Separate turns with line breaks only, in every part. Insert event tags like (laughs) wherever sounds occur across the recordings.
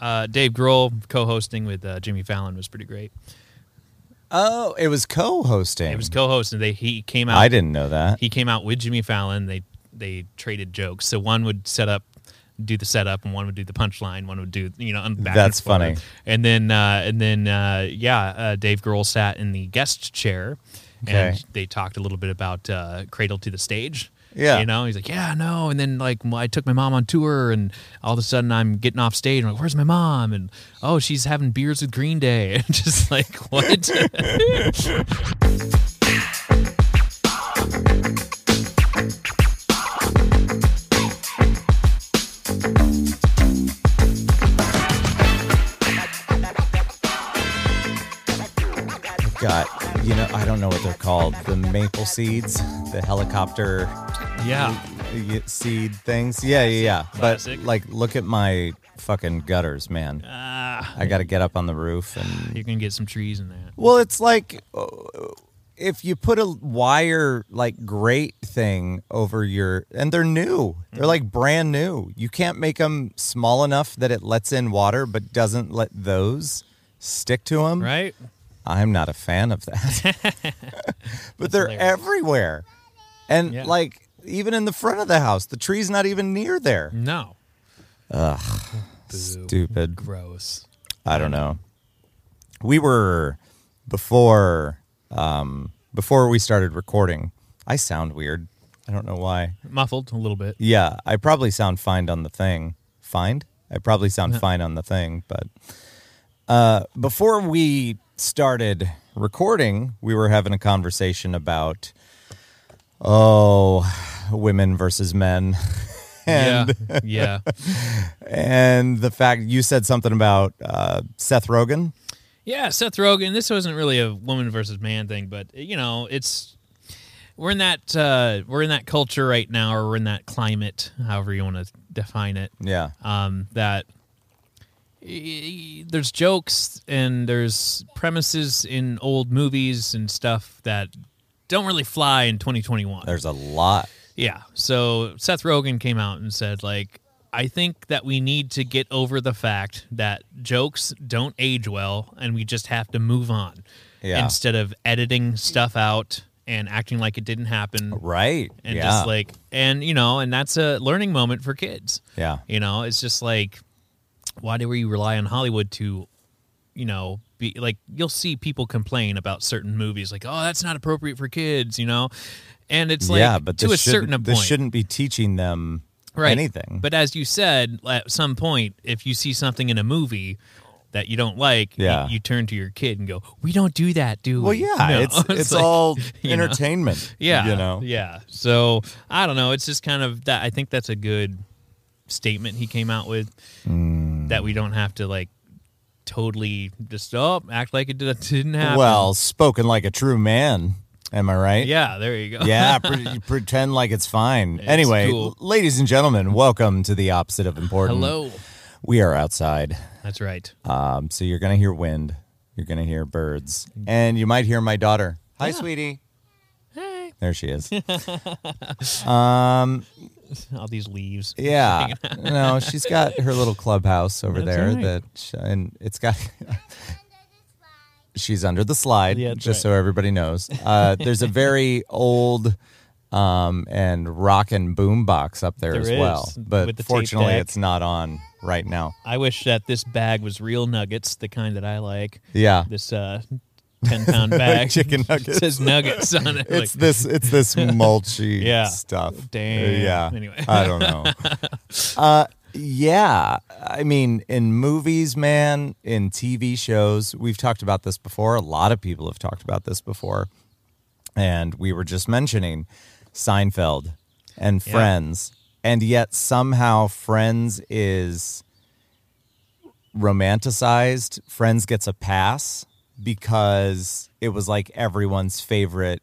uh, Dave Grohl co-hosting with uh, Jimmy Fallon was pretty great.
Oh, it was co-hosting.
It was co-hosting. They he came out.
I didn't know that.
He came out with Jimmy Fallon. They they traded jokes. So one would set up, do the setup, and one would do the punchline. One would do you know. And back
That's
and forth.
funny.
And then uh, and then uh, yeah, uh, Dave Grohl sat in the guest chair,
Okay.
and they talked a little bit about uh, Cradle to the Stage.
Yeah.
You know, he's like, yeah, no. And then, like, I took my mom on tour, and all of a sudden I'm getting off stage. I'm like, where's my mom? And, oh, she's having beers with Green Day. (laughs) And just like,
(laughs)
what?
Got you know I don't know what they're called. The maple seeds, the helicopter
yeah.
y- seed things. Yeah, yeah, yeah.
Classic.
But like, look at my fucking gutters, man.
Ah,
I got to get up on the roof and
you can get some trees in that.
Well, it's like uh, if you put a wire like grate thing over your, and they're new. They're like brand new. You can't make them small enough that it lets in water, but doesn't let those stick to them.
Right?
I'm not a fan of that.
(laughs)
(laughs) but they're
hilarious.
everywhere, and
Yeah.
like even in the front of the house, the tree's not even near there.
No. Ugh.
Stupid.
Gross.
I don't know. We were before um, before we started recording. I sound weird. I don't know why.
Muffled a little bit.
Yeah, I probably sound fine on the thing. Fine. I probably sound fine on the thing, but uh, before we started recording, we were having a conversation about oh, women versus men. and
yeah. Yeah.
and the fact you said something about uh, Seth Rogen.
Yeah, Seth Rogen. This wasn't really a woman versus man thing, but you know, it's we're in that uh, we're in that culture right now, or we're in that climate, however you want to define it.
Yeah.
Um, that e- there's jokes and there's premises in old movies and stuff that don't really fly in 2021.
There's a lot.
Yeah. So Seth Rogen came out and said, like, I think that we need to get over the fact that jokes don't age well and we just have to move on
Yeah.
instead of editing stuff out and acting like it didn't happen.
Right.
And
yeah.
just like, and you know, and that's a learning moment for kids.
yeah.
You know, it's just like, why do we rely on Hollywood to, you know, be like, you'll see people complain about certain movies, like, oh, that's not appropriate for kids, you know? And it's like,
yeah, but
to
this
a certain
shouldn't-
point,
this shouldn't be teaching them
right.
anything.
But as you said, at some point, if you see something in a movie that you don't like, y-
Yeah.
you, turn to your kid and go, "We don't do that, do
well,
we?"
yeah,
(laughs) No.
it's it's,
like,
all
(laughs) you know?
entertainment.
(laughs) yeah,
you know.
yeah. So I don't know. It's just kind of that. I think that's a good statement he came out with
Mm.
that we don't have to like totally just oh act like it did- didn't happen.
Well, spoken like a true man. Am I right?
yeah, (laughs) there you go.
Yeah, pre- pretend like it's fine. anyway,
cool.
ladies and gentlemen, welcome to the opposite of important.
Hello.
We are outside.
That's right.
Um, so you're going to hear wind, you're going to hear birds, and you might hear my daughter. Hi, sweetie.
Hey,
There
(laughs)
she is. Um,
all these leaves. (laughs)
Yeah. No, she's got her little clubhouse over
That's
there
all right.
that sh and it's got (laughs) She's under the slide,
Yeah, that's
just
right.
so everybody knows.
(laughs)
Uh, there's a very old um, and rock and boom box up there,
There
as
is,
well. But
with the tape
fortunately,
deck.
it's not on right now.
I wish that this bag was real nuggets, the kind that I like.
Yeah.
This uh, ten
(laughs)
pound bag (laughs)
Chicken nuggets.
says nuggets on it. (laughs)
It's
like,
this it's this mulchy
(laughs) Yeah.
stuff. Uh,
Damn.
Yeah.
Anyway.
I
(laughs)
don't know. Uh yeah. I mean, in movies, man, in TV shows, we've talked about this before. A lot of people have talked about this before. And we were just mentioning Seinfeld and
Yeah.
Friends. And yet somehow Friends is romanticized. Friends gets a pass because it was like everyone's favorite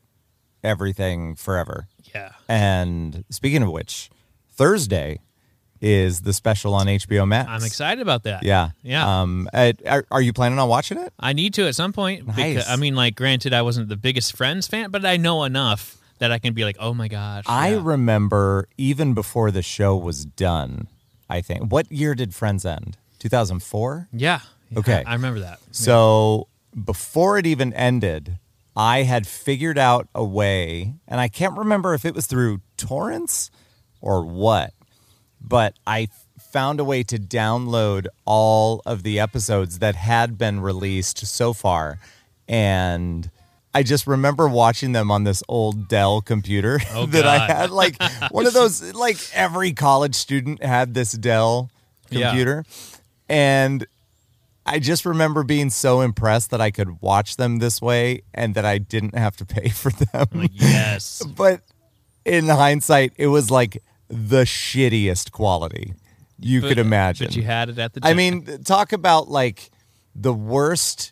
everything forever.
yeah.
And speaking of which, Thursday is the special on HBO Max.
I'm excited about that.
Yeah.
Yeah.
Um, uh, are, are you planning on watching it?
I need to at some point.
Nice.
Because, I mean, like, granted, I wasn't the biggest Friends fan, but I know enough that I can be like, oh my gosh.
I
yeah.
remember even before the show was done, I think. What year did Friends end? 2004?
Yeah. yeah,
Okay.
I remember
(laughs)
that.
So before it even ended, I had figured out a way, and I can't remember if it was through torrents or what, but I found a way to download all of the episodes that had been released so far. And I just remember watching them on this old Dell computer (laughs)
Oh,
that I
God.
had. Like
(laughs)
one of those, like every college student had this Dell
Yeah.
computer. And I just remember being so impressed that I could watch them this way and that I didn't have to pay for
I'm
them.
like, yes.
(laughs) But in hindsight, it was like the shittiest quality you could imagine.
But you had it at the time.
I mean, talk about like the worst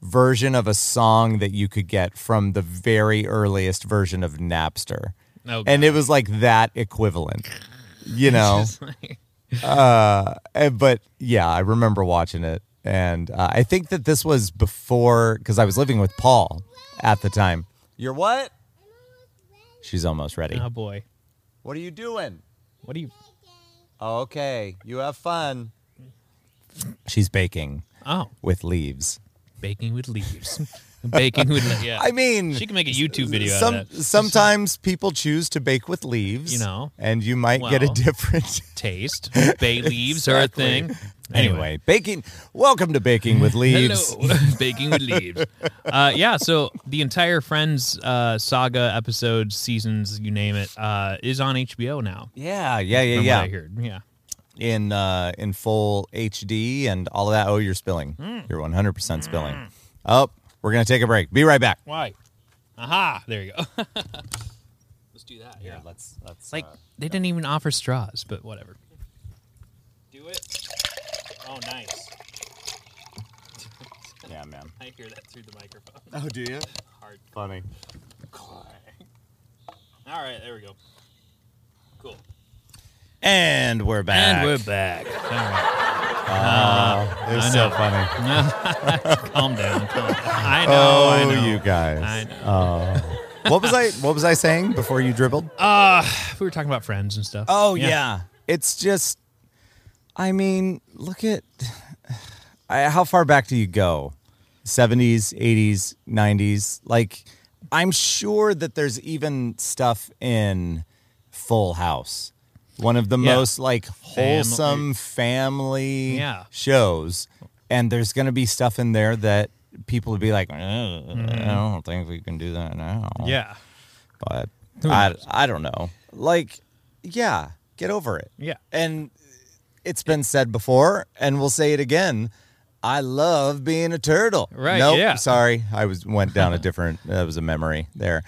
version of a song that you could get from the very earliest version of Napster.
Oh,
and it was like that equivalent, you
(laughs)
know?
It's like-
Uh, but yeah, I remember watching it, and uh, I think that this was before because I was living with Paul at the time. You're what? She's almost ready.
oh, boy.
What are you doing?
What do you.
Oh, okay, you have fun. She's baking
Oh,
with leaves.
baking with leaves. (laughs) baking with leaves. Yeah.
I mean,
she can make a YouTube video
some,
out of that.
(laughs) sometimes people choose to bake with leaves,
You know.
and you might get a
Well.
different. (laughs)
Taste. Bay leaves are a
Exactly.
thing.
Anyway, baking. Welcome to baking with leaves.
Hello, (laughs) baking with leaves. Uh, yeah, so the entire Friends uh, saga, episodes, seasons, you name it, uh, is on HBO now.
Yeah, yeah, yeah,
From
yeah.
what I heard. Yeah.
in uh in full HD and all of that. Oh, you're spilling.
Hmm.
You're 100% spilling. Oh, we're going to take a break. Be right back.
Why? Aha! There you go. (laughs) Let's do that. Yeah.
let's
It's
let's uh,
like they didn't even offer straws, but whatever. Do it. Oh, nice.
yeah, man.
I hear that through the microphone. (laughs)
Oh, do you?
Hard.
Funny.
All right, there we go. Cool.
And we're back.
And we're back. All right.
It was
I
so
know.
funny.
(laughs) calm down. Calm down. I know.
oh,
I know.
you
I
guys. Oh.
know.
what was I what was I saying before you dribbled?
we were talking about friends and stuff.
Oh yeah. It's just I mean, look at (sighs) I, how far back do you go? 70s, 80s, 90s. Like I'm sure that there's even stuff in Full House. One of the
Yeah.
most like wholesome family
Yeah.
shows. And there's going to be stuff in there that people would be like, "Eh, I don't think we can do that now
Mm-hmm. Yeah.
but
Who
I,
knows?
I don't know. Like, yeah, get over it.
Yeah.
And it's been said before, and we'll say it again. I love being a turtle.
Right,
Nope,
yeah.
Sorry, I was
(laughs)
went down a different. That was a memory there.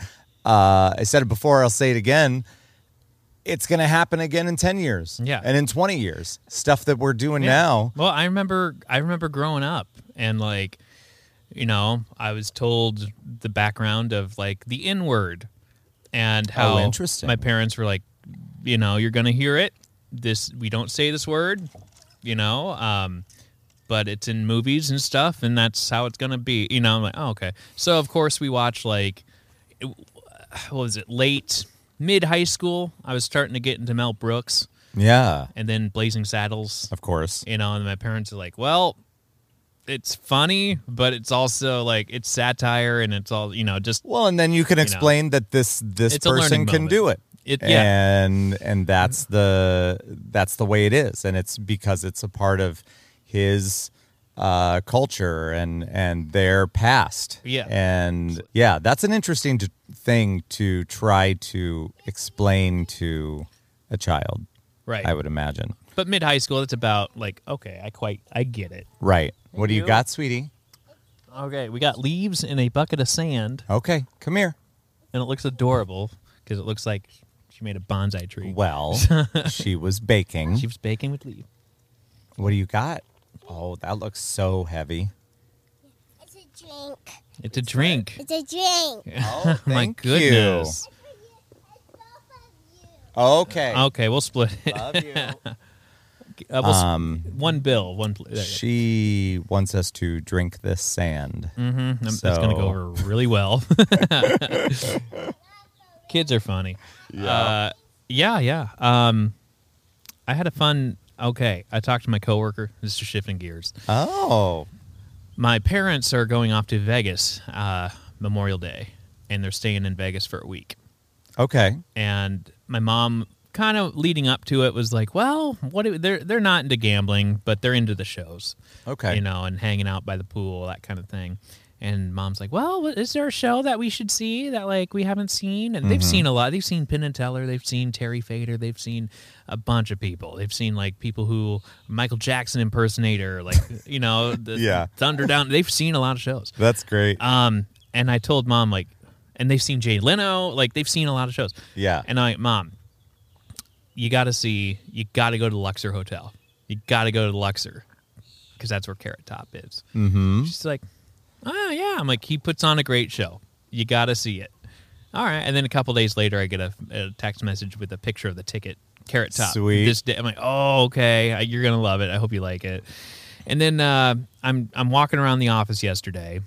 Uh, I said it before. I'll say it again. It's going to happen again in ten years.
Yeah.
And in twenty years, stuff that we're doing
Yeah.
now.
Well, I remember I remember growing up and like you know, I was told the background of like the N word and how
Oh, interesting.
my parents were like, you know, you're gonna hear it. This we don't say this word, you know, um, but it's in movies and stuff, and that's how it's gonna be. You know, I'm like, oh okay. So of course we watch like what was it, late mid high school. I was starting to get into Mel Brooks
Yeah.
and then Blazing Saddles
Of course.
you know and my parents are like well it's funny but it's also like it's satire and it's all you know just
Well, and then you can
know.
explain that this this
It's a
person
learning
can
moment.
do it.
It- yeah.
And and that's the that's the way it is, and it's because it's a part of his uh, culture and and their past.
Yeah.
and yeah, that's an interesting t- thing to try to explain to a child.
right
I would imagine.
but mid high school it's about like okay i quite i get it
Right. What do you
you.
got, sweetie?
okay we got leaves in a bucket of sand
Okay, come here.
and it looks adorable because it looks like she made a bonsai tree (laughs)
Well, she was baking.
she was baking with leaves
What do you got? Oh, that looks so heavy.
It's a drink.
it's a drink
It's a (laughs) drink.
Oh,
(laughs) my
thank you.
goodness
Okay.
okay we'll split it uh,
Love you.
(laughs)
Um,
we'll s- one bill one pl- there you go.
she wants us to drink this sand.
Mm, That's going to
So-
go over really well. (laughs) Kids are funny. Yeah. Uh, yeah, yeah. Um, I had a fun Okay, I talked to my coworker. This is shifting gears.
Oh,
My parents are going off to Vegas uh, Memorial Day, and they're staying in Vegas for a week.
okay.
and my mom kind of leading up to it was like, "Well, what do- they're they're not into gambling, but they're into the shows,
Okay.
you know, and hanging out by the pool, that kind of thing." And mom's like, "Well, what- is there a show that we should see that like we haven't seen?" And
Mm-hmm.
they've seen a lot. They've seen Penn and Teller. They've seen Terry Fader. They've seen a bunch of people. They've seen like people who Michael Jackson impersonator, like (laughs) you know, the
(laughs) Yeah.
Thunder Down. They've seen a lot of shows.
That's great.
Um, and I told mom like, and they've seen Jay Leno, like they've seen a lot of shows.
Yeah.
And I, mom, you got to see, you got to go to the Luxor Hotel. You got to go to the Luxor because that's where Carrot Top is. Mm-hmm. She's like, oh yeah. I'm like, he puts on a great show. You got to see it. All right. And then a couple days later, I get a, a text message with a picture of the ticket, Carrot Top.
Sweet.
This day, I'm like, oh okay, I- you're gonna love it. I hope you like it. And then uh, I'm I'm walking around the office yesterday,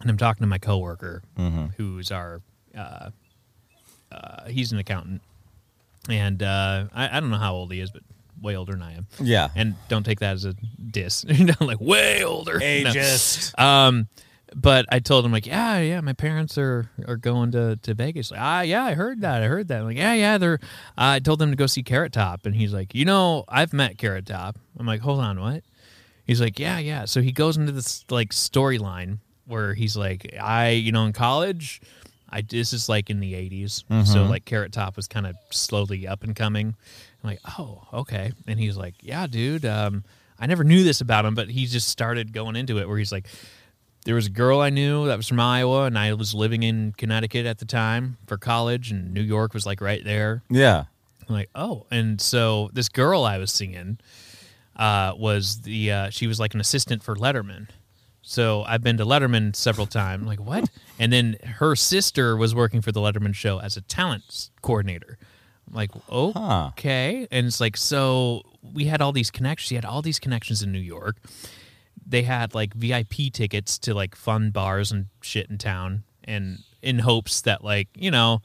and I'm talking to my coworker, who's our uh, uh, he's an accountant, and uh, I, I don't know how old he is, but way older than I am.
yeah.
And don't take that as a diss. (laughs) you know, like way older. No.
ageist.
Um, but I told him like, yeah, yeah, my parents are are going to to Vegas. Like, ah, yeah, I heard that. I heard that. I'm like, yeah, yeah, they're. I told them to go see Carrot Top, and he's like, you know, I've met Carrot Top. I'm like, hold on, what? He's like, yeah, yeah. So he goes into this like storyline where he's like, I, you know, in college, I this is like in the '80s, so like Carrot Top was kind of slowly up and coming. I'm like, oh, okay. And he's like, yeah, dude. Um, I never knew this about him, but he just started going into it where he's like, there was a girl I knew that was from Iowa, and I was living in Connecticut at the time for college, and New York was like right there.
Yeah.
I'm like, oh, and so this girl I was seeing uh, was the uh, she was like an assistant for Letterman. So I've been to Letterman several times. like what? And then her sister was working for the Letterman show as a talent s- coordinator. I'm like
Huh.
okay, and it's like so we had all these connections. She had all these connections in New York. They had like VIP tickets to like fun bars and shit in town, and in hopes that like you know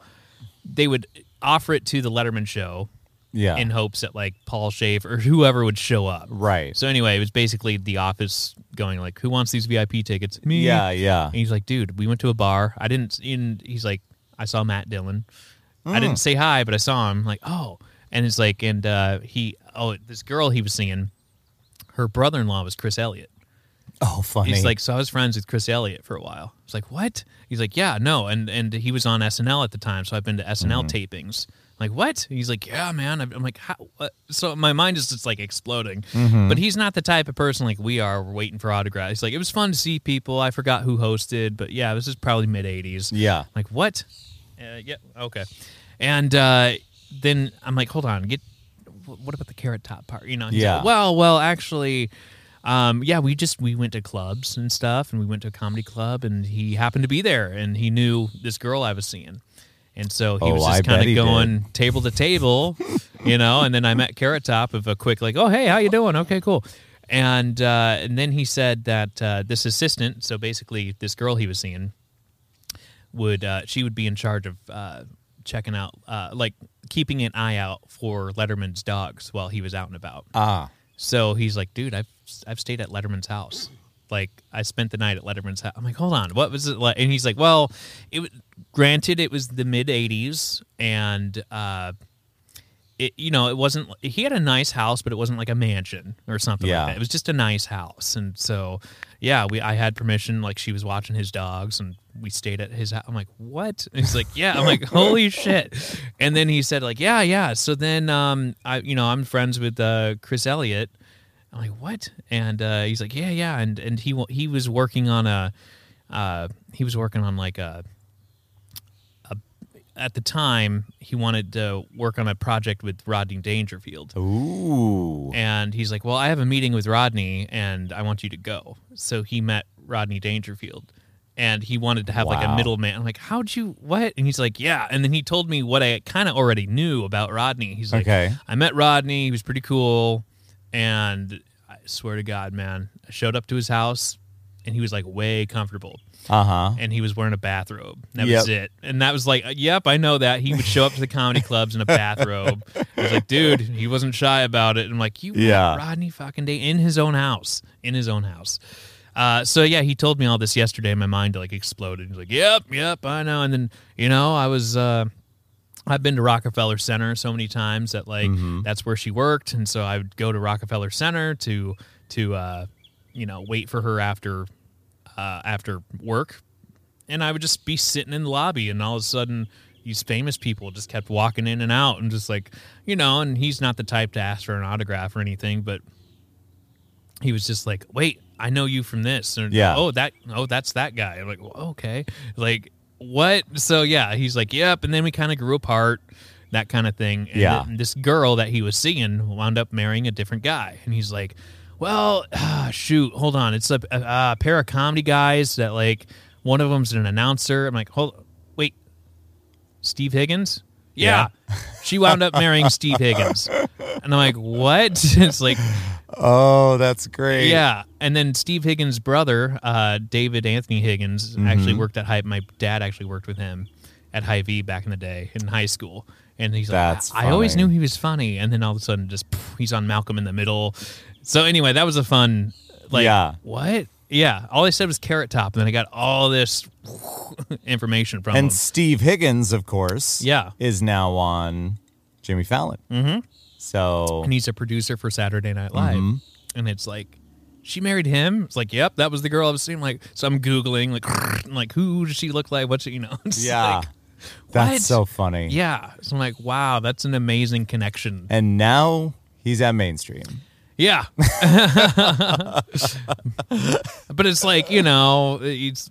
they would offer it to the Letterman show
Yeah.
in hopes that like Paul Shave or whoever would show up.
right.
So anyway, it was basically the office going like, "Who wants these VIP tickets?" Me.
yeah. Yeah.
And he's like, "Dude, we went to a bar. I didn't." And he's like, "I saw Matt Dillon. I didn't
Mm.
say hi, but I saw him." like, oh, and it's like, and uh, he, oh, this girl he was seeing, her brother-in-law was Chris Elliott.
Oh, funny.
He's like, so I was friends with Chris Elliott for a while. I was like, what? He's like, yeah, no, and and he was on SNL at the time, so I've been to SNL
Mm-hmm.
tapings. I'm like, what? He's like, yeah, man. I'm I'm like, how? What? So my mind is just like exploding.
Mm-hmm.
But he's not the type of person like we are. We're waiting for autographs. He's like, it was fun to see people. I forgot who hosted, but yeah, this is probably mid '80s.
yeah.
I'm Like what? Uh, yeah. Okay. And uh, then I'm like, hold on. Get. wh- What about the carrot top part? You know. he's
Yeah.
like, well, well, actually, um, yeah. We just we went to clubs and stuff, and we went to a comedy club, and he happened to be there, and he knew this girl I was seeing. And so he
Oh,
was
I
just
bet
kind
he
of going table to table, you know. And then I met Carrot Top of a quick like, "Oh hey, how you doing? Okay, cool." And uh, and then he said that uh, this assistant, so basically this girl he was seeing, would uh, she would be in charge of uh, checking out, uh, like keeping an eye out for Letterman's dogs while he was out and about.
Ah.
So he's like, dude, I've I've stayed at Letterman's house. Like I spent the night at Letterman's house. I'm like, hold on, what was it like? And he's like, well, it was- granted it was the mid '80s, and uh, it you know it wasn't. He had a nice house, but it wasn't like a mansion or something
Yeah.
like that. It was just a nice house, and so yeah, we I had permission. Like she was watching his dogs, and we stayed at his house. I'm like, what? And he's like, yeah. I'm like, holy shit. And then he said like, yeah, yeah. So then um, I you know I'm friends with uh, Chris Elliott. I'm like, what? And uh, he's like, yeah, yeah. And and he wa- he was working on a, uh, he was working on like a, a, at the time he wanted to work on a project with Rodney Dangerfield.
Ooh.
And he's like, well, I have a meeting with Rodney, and I want you to go. So he met Rodney Dangerfield. And he wanted to have like a
Wow.
middleman. I'm like, how'd you what? And he's like, yeah. And then he told me what I kind of already knew about Rodney. He's like,
Okay.
I met Rodney. He was pretty cool. And I swear to God, man, I showed up to his house and he was like way comfortable
Uh huh.
and he was wearing a bathrobe. That was
Yep.
it. And that was like, uh, yep, I know that. He would show up to the comedy clubs in a bathrobe. I was like, dude, he wasn't shy about it. And I'm like, you yeah.
Yeah.
Rodney fucking Day in his own house. In his own house. Uh, so yeah, he told me all this yesterday and my mind like exploded. He's like, Yep, yep, I know. And then, you know, I was uh I've been to Rockefeller Center so many times that like that's where she worked, and so I would go to Rockefeller Center to to uh, you know wait for her after uh, after work, and I would just be sitting in the lobby, and all of a sudden these famous people just kept walking in and out, and just like you know, and he's not the type to ask for an autograph or anything, but he was just like, wait, I know you from this, and
Yeah.
oh that oh that's that guy. I'm like "Well, okay, like what? So yeah, he's like yep, and then we kind of grew apart. That kind of thing. And
Yeah.
th- this girl that he was seeing wound up marrying a different guy, and he's like, "Well, (sighs) ah, shoot, hold on, it's a, a, a pair of comedy guys that like one of them's an announcer." I'm like, "Hold, wait, Steve Higgins? Yeah. She wound up marrying Steve Higgins. And I'm like, what? (laughs) it's like,
Oh, that's great.
yeah. And then Steve Higgins' brother, uh, David Anthony Higgins, actually
Mm-hmm.
worked at Hy My dad actually worked with him at High V back in the day in high school. And he's
That's
like, I, I always
funny.
knew he was funny. And then all of a sudden, just poof, he's on Malcolm in the Middle. So anyway, that was a fun, like,
Yeah.
what? Yeah. All I said was carrot top. And then I got all this (laughs) information from him.
And Steve Higgins, of course,
Yeah.
is now on Jimmy Fallon. Mm-hmm. So
and he's a producer for Saturday Night Live.
Mm-hmm.
And it's like, she married him. It's like, yep, that was the girl I was seeing. Like, so I'm googling, like, (laughs) like who does she look like? What's she, you know? (laughs) It's
yeah,
like,
that's
what?
so funny.
yeah. So I'm like, wow, that's an amazing connection.
And now he's at mainstream.
Yeah, (laughs) but it's like you know, it's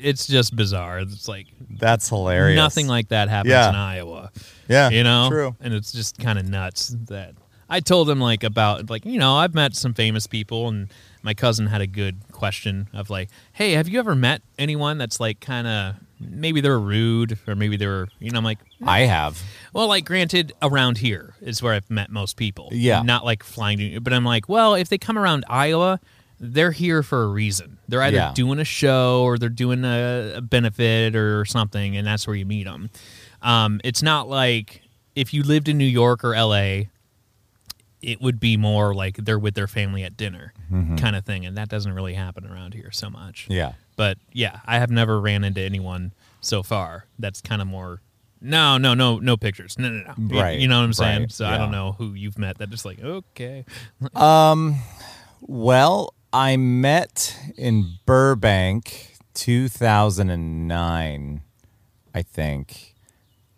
it's just bizarre. It's like
That's hilarious.
nothing like that happens
Yeah.
in Iowa.
yeah,
you know
true.
and it's just kind of nuts that i told him like about like you know i've met some famous people and my cousin had a good question of like hey have you ever met anyone that's like kind of maybe they're rude or maybe they're you know i'm like
I have.
well like granted around here is where i've met most people
Yeah.
not like flying to but i'm like well if they come around iowa they're here for a reason they're either
Yeah.
doing a show or they're doing a, a benefit or something and that's where you meet them um, it's not like if you lived in new york or la it would be more like they're with their family at dinner kind of thing and that doesn't really happen around here so much
Mm-hmm. Yeah.
but yeah, I have never ran into anyone so far that's kind of more. No, no, no, no pictures. No, no, no. You-
Right,
You, know what I'm saying?
right,
So I
yeah.
don't know who you've met that just like, okay.
Well, I met in Burbank 2009, I think.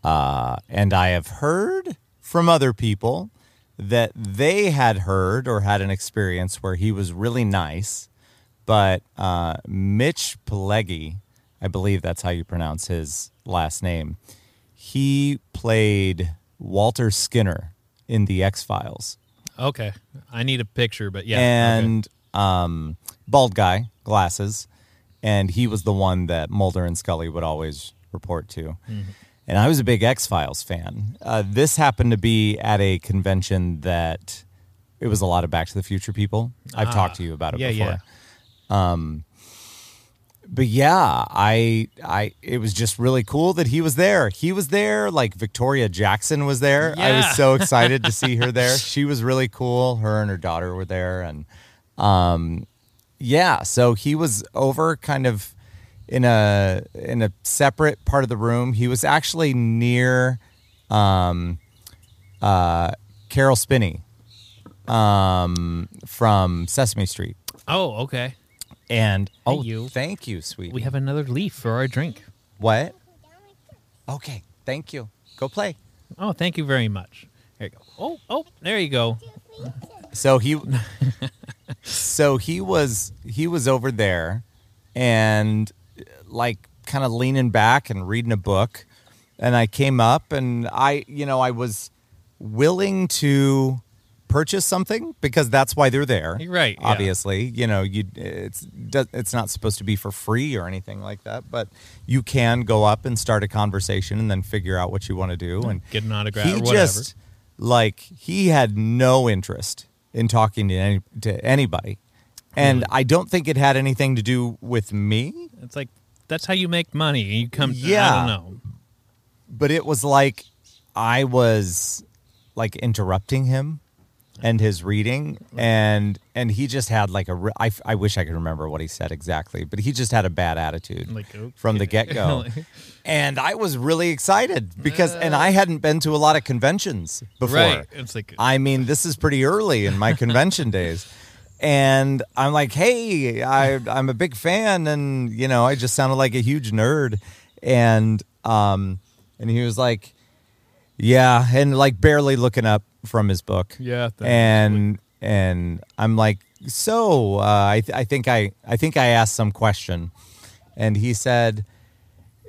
Uh, and I have heard from other people that they had heard or had an experience where he was really nice, but uh, Mitch Pelegi, I believe that's how you pronounce his last name, he played Walter Skinner in The X Files
Okay. I need a picture, but yeah. okay.
and um, bald guy, glasses, and he was the one that Mulder and Scully would always report to.
Mm-hmm.
And I was a big X Files fan. Uh, this happened to be at a convention that it was a lot of Back to the Future people. I've talked to you about it
Ah. yeah,
before
yeah.
but yeah, I I it was just really cool that he was there. He was there, like Victoria Jackson was there. I was
Yeah.
so excited to
(laughs)
see her there. She was really cool. Her and her daughter were there and um yeah, so he was over kind of in a in a separate part of the room. He was actually near um uh Carol Spinney um from Sesame Street.
Oh, okay.
And oh,
you.
thank you, sweetie.
We have another leaf for our drink.
What? Okay, thank you. Go play.
Oh, thank you very much. There you go. Oh, oh, there you go. (laughs)
So he So he was he was over there and uh, like kind of leaning back and reading a book and I came up and I you know I was willing to purchase something because that's why they're there.
You're right, yeah.
Obviously, you know, you it's does- it's not supposed to be for free or anything like that, but you can go up and start a conversation and then figure out what you want to do and
Get an autograph
he
or whatever.
just like he had no interest in talking to any to anybody And I don't think it had anything to do with me,
It's like that's how you make money. You come.
Yeah.
I don't know.
but it was like I was like interrupting him and his reading and and he just had like a re- I, I wish I could remember what he said exactly, but he just had a bad attitude
Like, oh. okay.
from the
(laughs)
get-go. and I was really excited because and I hadn't been to a lot of conventions before.
Right. It's like
I mean, this is pretty early in my convention days. And I'm like, hey, I, I'm a big fan. And, you know, I just sounded like a huge nerd. And, um, and he was like, yeah. And like barely looking up from his book.
Yeah, that was
And, and I'm like, so, uh, I, th- I think I, I think I asked some question and he said,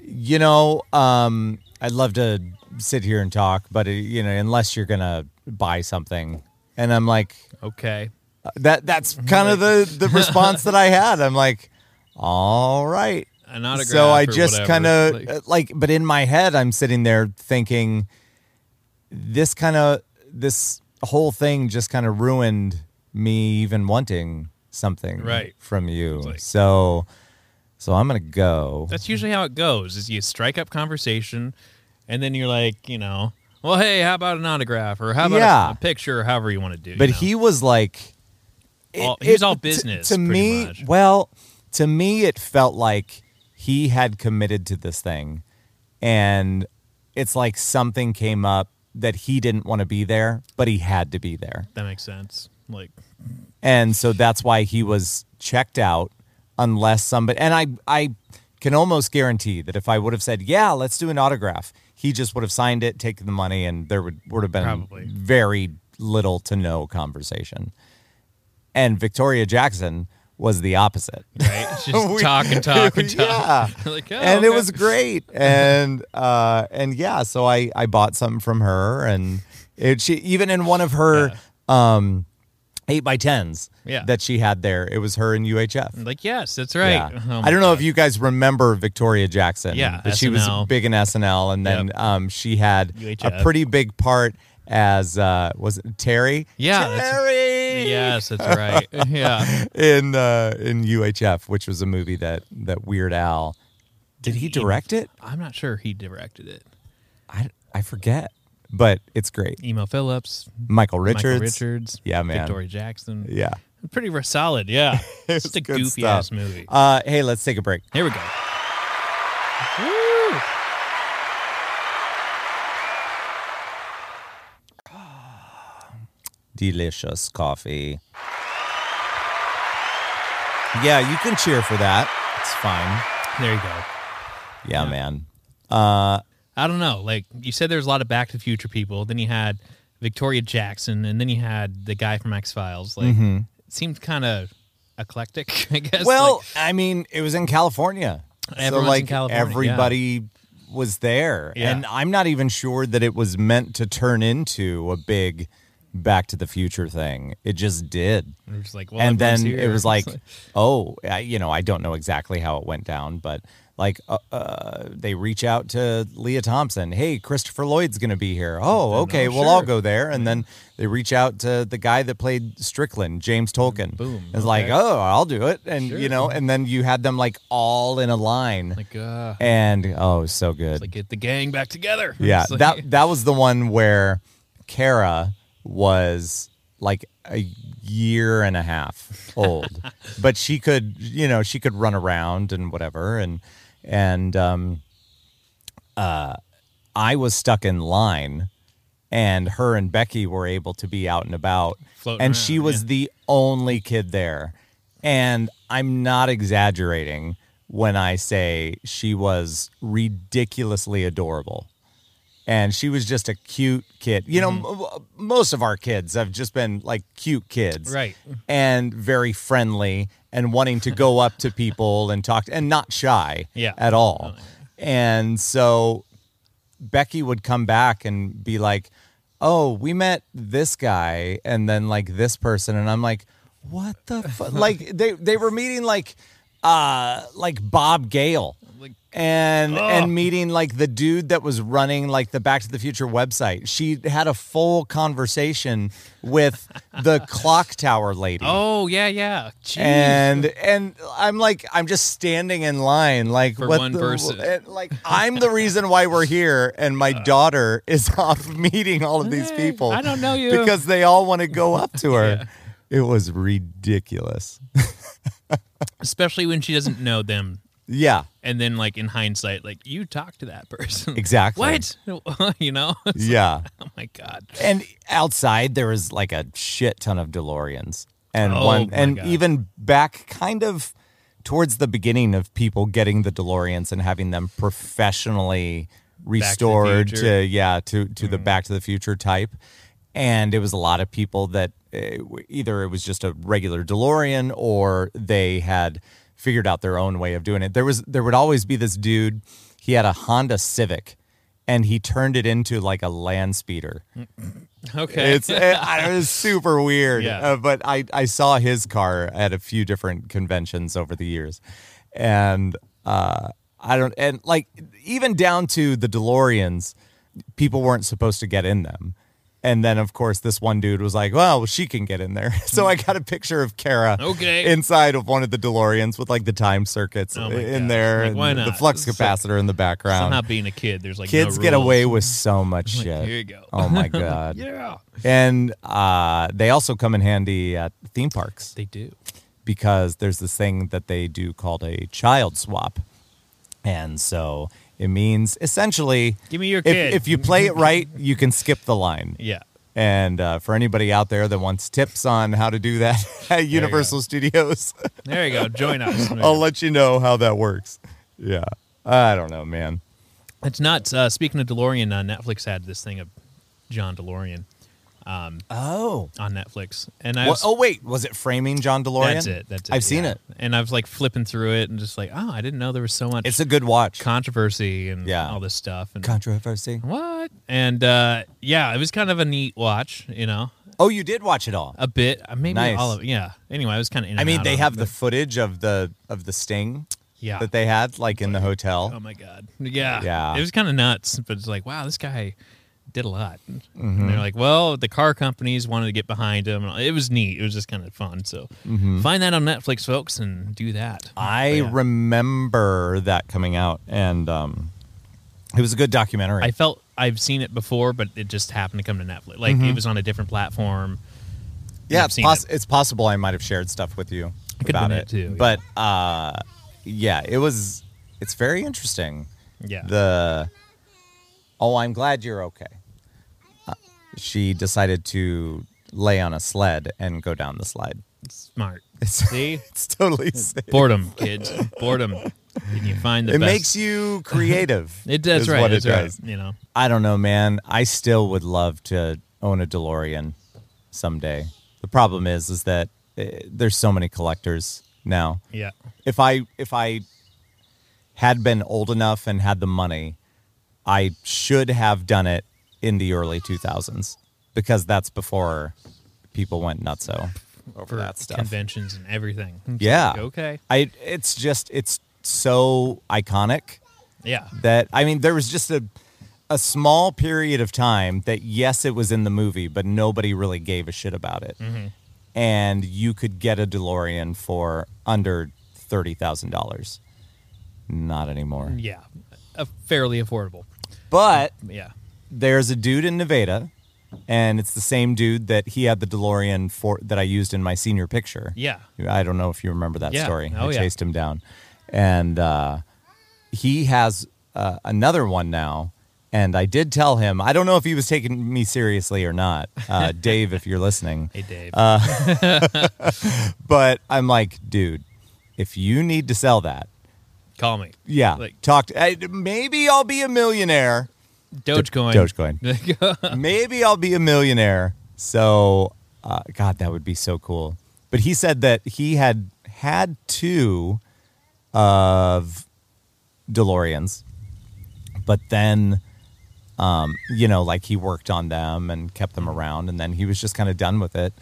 you know, um, I'd love to sit here and talk, but uh you know, unless you're gonna buy something, and I'm like,
okay.
that that's kind of the the response that I had. I'm like, all right.
An autograph.
So I
or
just
whatever.
kind of
Like-
like, but in my head, I'm sitting there thinking, this kind of this whole thing just kind of ruined me even wanting something
Right.
from you.
like-
so, so I'm gonna go.
That's usually how it goes. Is you strike up conversation, and then you're like, you know, well, hey, how about an autograph or how about a-
Yeah.
a, picture or however you want to do. you
But
know?
he was like,
All- he was all
to-
business,
To,
pretty
me,
much.
well, to me, it felt like he had committed to this thing, and it's like something came up that he didn't want to be there, but he had to be there,
that makes sense. Like,
and so that's why he was checked out unless somebody. And I, I can almost guarantee that if I would have said, "Yeah, let's do an autograph," he just would have signed it, taken the money, and there would would have been
Probably.
very little to no conversation and Victoria Jackson was the opposite. (laughs)
right? It's just talk and talk and talk. (laughs)
Yeah.
Like, oh,
and it
okay. (laughs)
was great. And uh and yeah, so I I bought something from her and it she even in one of her um 8 by 10s
Yeah.
that she had there, it was her in UHF.
like yes, that's right.
Yeah.
Oh my
I don't know
God.
if you guys remember Victoria Jackson.
Yeah,
but she was
SNL.
big in SNL, and then
Yep.
um, she had
UHF.
a pretty big part as uh, was it Terry?
Yeah, that's-
Terry.
Yes, that's
(laughs)
right. yeah.
in uh, in UHF, which was a movie that that Weird Al did he direct it?
I'm not sure he directed it.
I I forget, but it's great.
Emo Phillips,
Michael Richards.
Michael Richards,
Yeah, man.
Victoria Jackson.
Yeah.
Pretty re- solid, yeah.
(laughs) It's
Just a
good
goofy
stuff.
ass movie.
Uh, hey, let's take a break.
Here we go.
Delicious coffee. Yeah, you can cheer for that. It's fine.
There you go.
Yeah, man.
I don't know. Like you said, there's a lot of Back to the Future people. Then you had Victoria Jackson, and then you had the guy from X Files. Like, it seemed kind of eclectic, (laughs) I guess.
Mm-hmm. well,
Like,
I mean, it was in California. so
Everyone's in
like
California, yeah.
everybody was there.
Yeah.
And I'm not even sure that it was meant to turn into a big back to the future thing. It just did.
it was like, well,
and
everyone's
then
here.
it was
(laughs) It's
like, oh, I, you know, I don't know exactly how it went down, but like uh, uh, they reach out to Leah Thompson. Hey, Christopher Lloyd's going to be here. Oh, okay,
oh,
well I'll
sure.
go there. And then they reach out to the guy that played Strickland, James Tolkien.
Mm, Boom,
It's like,
okay.
oh, I'll do it. And
Sure.
you know, and then you had them like all in a line,
like, uh,
and oh, it was so good.
like get the gang back together. (laughs)
Yeah,
It's like-
that that was the one where Kara was like a year and a half
(laughs)
old, but she could, you know, she could run around and whatever, and and um, uh, I was stuck in line, and her and Becky were able to be out and about,
Floating
and she
around,
was
yeah.
the only kid there, and I'm not exaggerating when I say she was ridiculously adorable and she was just a cute kid. You
Mm-hmm.
know, m- m- most of our kids have just been like cute kids,
Right.
And very friendly and wanting to go up to people and talk and not shy,
Yeah.
at all. And so Becky would come back and be like, "Oh, we met this guy and then like this person," and I'm like, "What
(laughs)
the fu-? like they they were meeting like uh like Bob Gale."
Like,
and
Ugh.
and meeting like the dude that was running like the Back to the Future website. She had a full conversation with
(laughs)
the clock tower lady.
Oh yeah, yeah. Jeez.
And and I'm like I'm just standing in line like
For
what
one
the,
person. Uh.
and, like I'm the reason why we're here and
(laughs)
my daughter is (laughs) off meeting all of these
Hey,
people
I don't know you.
because they all want to go up
(laughs)
to her. It was ridiculous. (laughs)
especially when she doesn't know them,
Yeah.
and then like in hindsight, like you talk to that (laughs) person.
Exactly.
What? (laughs) you know?
Yeah.
oh my god.
And outside there was like a shit ton of DeLoreans. And
Oh,
one
my
and
God.
even back kind of towards the beginning of people getting the DeLoreans and having them professionally restored to,
Future. Mm.
yeah, to to the back to the future type. And it was a lot of people that uh, w- either it was just a regular DeLorean or they had figured out their own way of doing it. There was there would always be this dude, he had a Honda Civic and he turned it into like a land speeder.
Okay.
It's eh, it, it
(laughs)
was super weird.
Yeah.
Uh, but I, I saw his car at a few different conventions over the years. And uh, I don't and like even down to the DeLoreans, people weren't supposed to get in them. And then of course this one dude was like, "Well, she can get in there." (laughs) So I got a picture of Kara
Okay.
inside of one of the DeLoreans with like the time circuits
Oh my
in
gosh.
there
Like,
and
why
the
not?
flux
It's like-
capacitor in the background.
Somehow being a kid, there's like no
Kids get
rules.
away with so much shit.
"Here you go."
Oh
(laughs)
my god.
Yeah.
And uh, they also come in handy at theme parks
They do.
because there's this thing that they do called a child swap. And so it means essentially
Give me your
if,
kid.
if you play it right, you can skip the line.
Yeah.
And uh, for anybody out there that wants tips on how to do that (laughs) at
(laughs)
Universal Studios,
There you go. Join
(laughs)
us.
I'll let you know how that works. Yeah. I don't know, man.
It's nuts. Uh, speaking of DeLorean, uh, Netflix had this thing of John DeLorean
Oh.
on Netflix, and I
Wha-
was,
oh, wait. Was it Framing John DeLorean?
that's it. That's it.
I've seen
yeah.
it.
and I was like flipping through it and just like, oh, I didn't know there was so much
It's a good watch.
controversy and
Yeah.
all this stuff. And
Controversy.
what? And uh, yeah, it was kind of a neat watch, you know,
Oh, you did watch it all.
a bit, uh, maybe
Nice.
all of, yeah. Anyway, I was kind of.
I mean, they have the footage of the of the sting
yeah.
that they had, like in the hotel.
oh my god, yeah,
Yeah.
It was kind of nuts, but it's like, wow, this guy did a lot.
Mm-hmm.
And they're like, well, the car companies wanted to get behind him. and It was neat. It was just kind of fun. So
Mm-hmm.
find that on Netflix, folks, and do that.
I
But yeah.
remember that coming out, and um, it was a good documentary.
I felt I've seen it before, but it just happened to come to Netflix. Like
Mm-hmm.
it was on a different platform.
yeah,
I've
it's,
seen
poss-
it.
it's possible I might have shared stuff with you
Could have
about
been
it
it too, yeah.
But uh, yeah, it was. It's very interesting.
Yeah.
The oh, I'm glad you're okay. Uh, she decided to lay on a sled and go down the slide.
Smart.
It's- (laughs)
See?
It's totally safe.
Boredom, kids. Boredom. Can you find the
it
best?
makes you creative.
(laughs) It does
is
right.
What
that's
it does.
right. You know.
I don't know, man. I still would love to own a DeLorean someday. The problem is, is that uh, there's so many collectors now.
Yeah.
If I if I had been old enough and had the money, I should have done it in the early 2000s because that's before people went nutso over
For
that stuff.
conventions and everything. It's
Yeah.
like, okay.
I it's just it's so iconic
Yeah.
that I mean there was just a a small period of time that yes it was in the movie but nobody really gave a shit about it. And you could get a DeLorean for under $30,000. Not anymore.
Yeah. Uh, fairly affordable.
But
Yeah.
there's a dude in Nevada and it's the same dude that he had the DeLorean for that I used in my senior picture.
Yeah.
I don't know if you remember that
Yeah.
story.
Oh,
I
yeah.
chased him down, and uh, he has uh, another one now. And I did tell him. I don't know if he was taking me seriously or not,
(laughs)
uh, Dave, if you're listening.
Hey Dave.
Uh, But I'm like, dude, if you need to sell that,
Call me.
yeah,
Like
talk. To, I- maybe I'll be a millionaire.
Dogecoin. Dogecoin.
maybe I'll be a millionaire. So, uh, God, that would be so cool. But he said that he had had two of DeLoreans, but then, um, you know, like he worked on them and kept them around, and then he was just kind of done with it.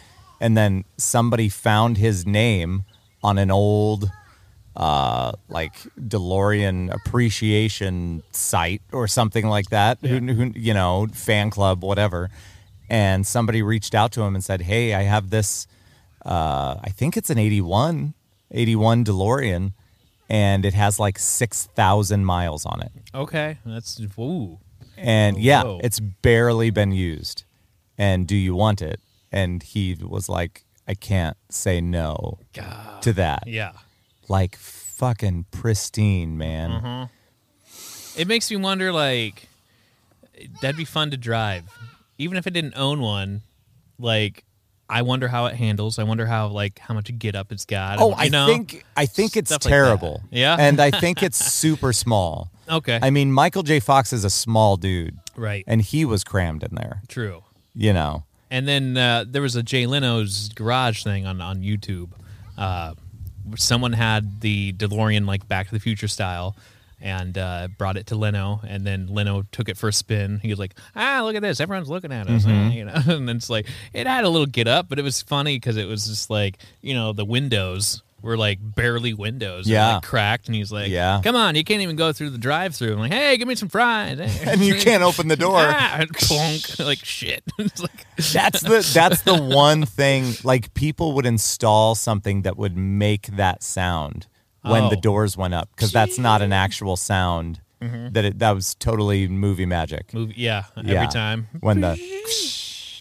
And then somebody found his name on an old uh, like DeLorean appreciation site or something like that. Who, who, you know, fan club, whatever. And somebody reached out to him and said, "Hey, I have this. Uh, I think it's an 81, 81 DeLorean, and it has like six thousand miles on it.
(laughs) Okay, that's ooh.
And yeah,
Oh, Whoa.
it's barely been used. And do you want it? And he was like, I can't say no
God.
to that.
Yeah.
Like fucking pristine, man.
Mm-hmm. It makes me wonder like that'd be fun to drive. Even if I didn't own one, like I wonder how it handles. I wonder how like how much get up it's got.
Oh,
you
I
know?
think I think it's
Stuff like that.
terrible.
Yeah?
and I
(laughs)
think it's super small.
Okay.
I mean, Michael J. Fox is a small dude,
right.
and he was crammed in there.
True.
You know,
And then uh, there was a Jay Leno's garage thing on on YouTube. Uh, someone had the DeLorean like Back to the Future style, and uh, brought it to Leno, and then Leno took it for a spin. He was like, "Ah, look at this! Everyone's looking at us,"
Mm-hmm.
(laughs) you know. And then it's like it had a little get up, but it was funny because it was just like you know the windows were like barely windows, They're,
Yeah.
like, cracked. And he's like,
Yeah.
come on, you can't even go through the drive-through." I'm like, "Hey, give me some
(laughs)
fries,"
and you can't open the door.
(laughs) Ah, plonk, like shit. (laughs) it's like.
That's the that's the one thing. Like people would install something that would make that sound when the
Oh.
doors went up because that's not an actual sound.
Mm-hmm.
That it, that was totally movie magic.
movie. Yeah,
Yeah.
every time.
when the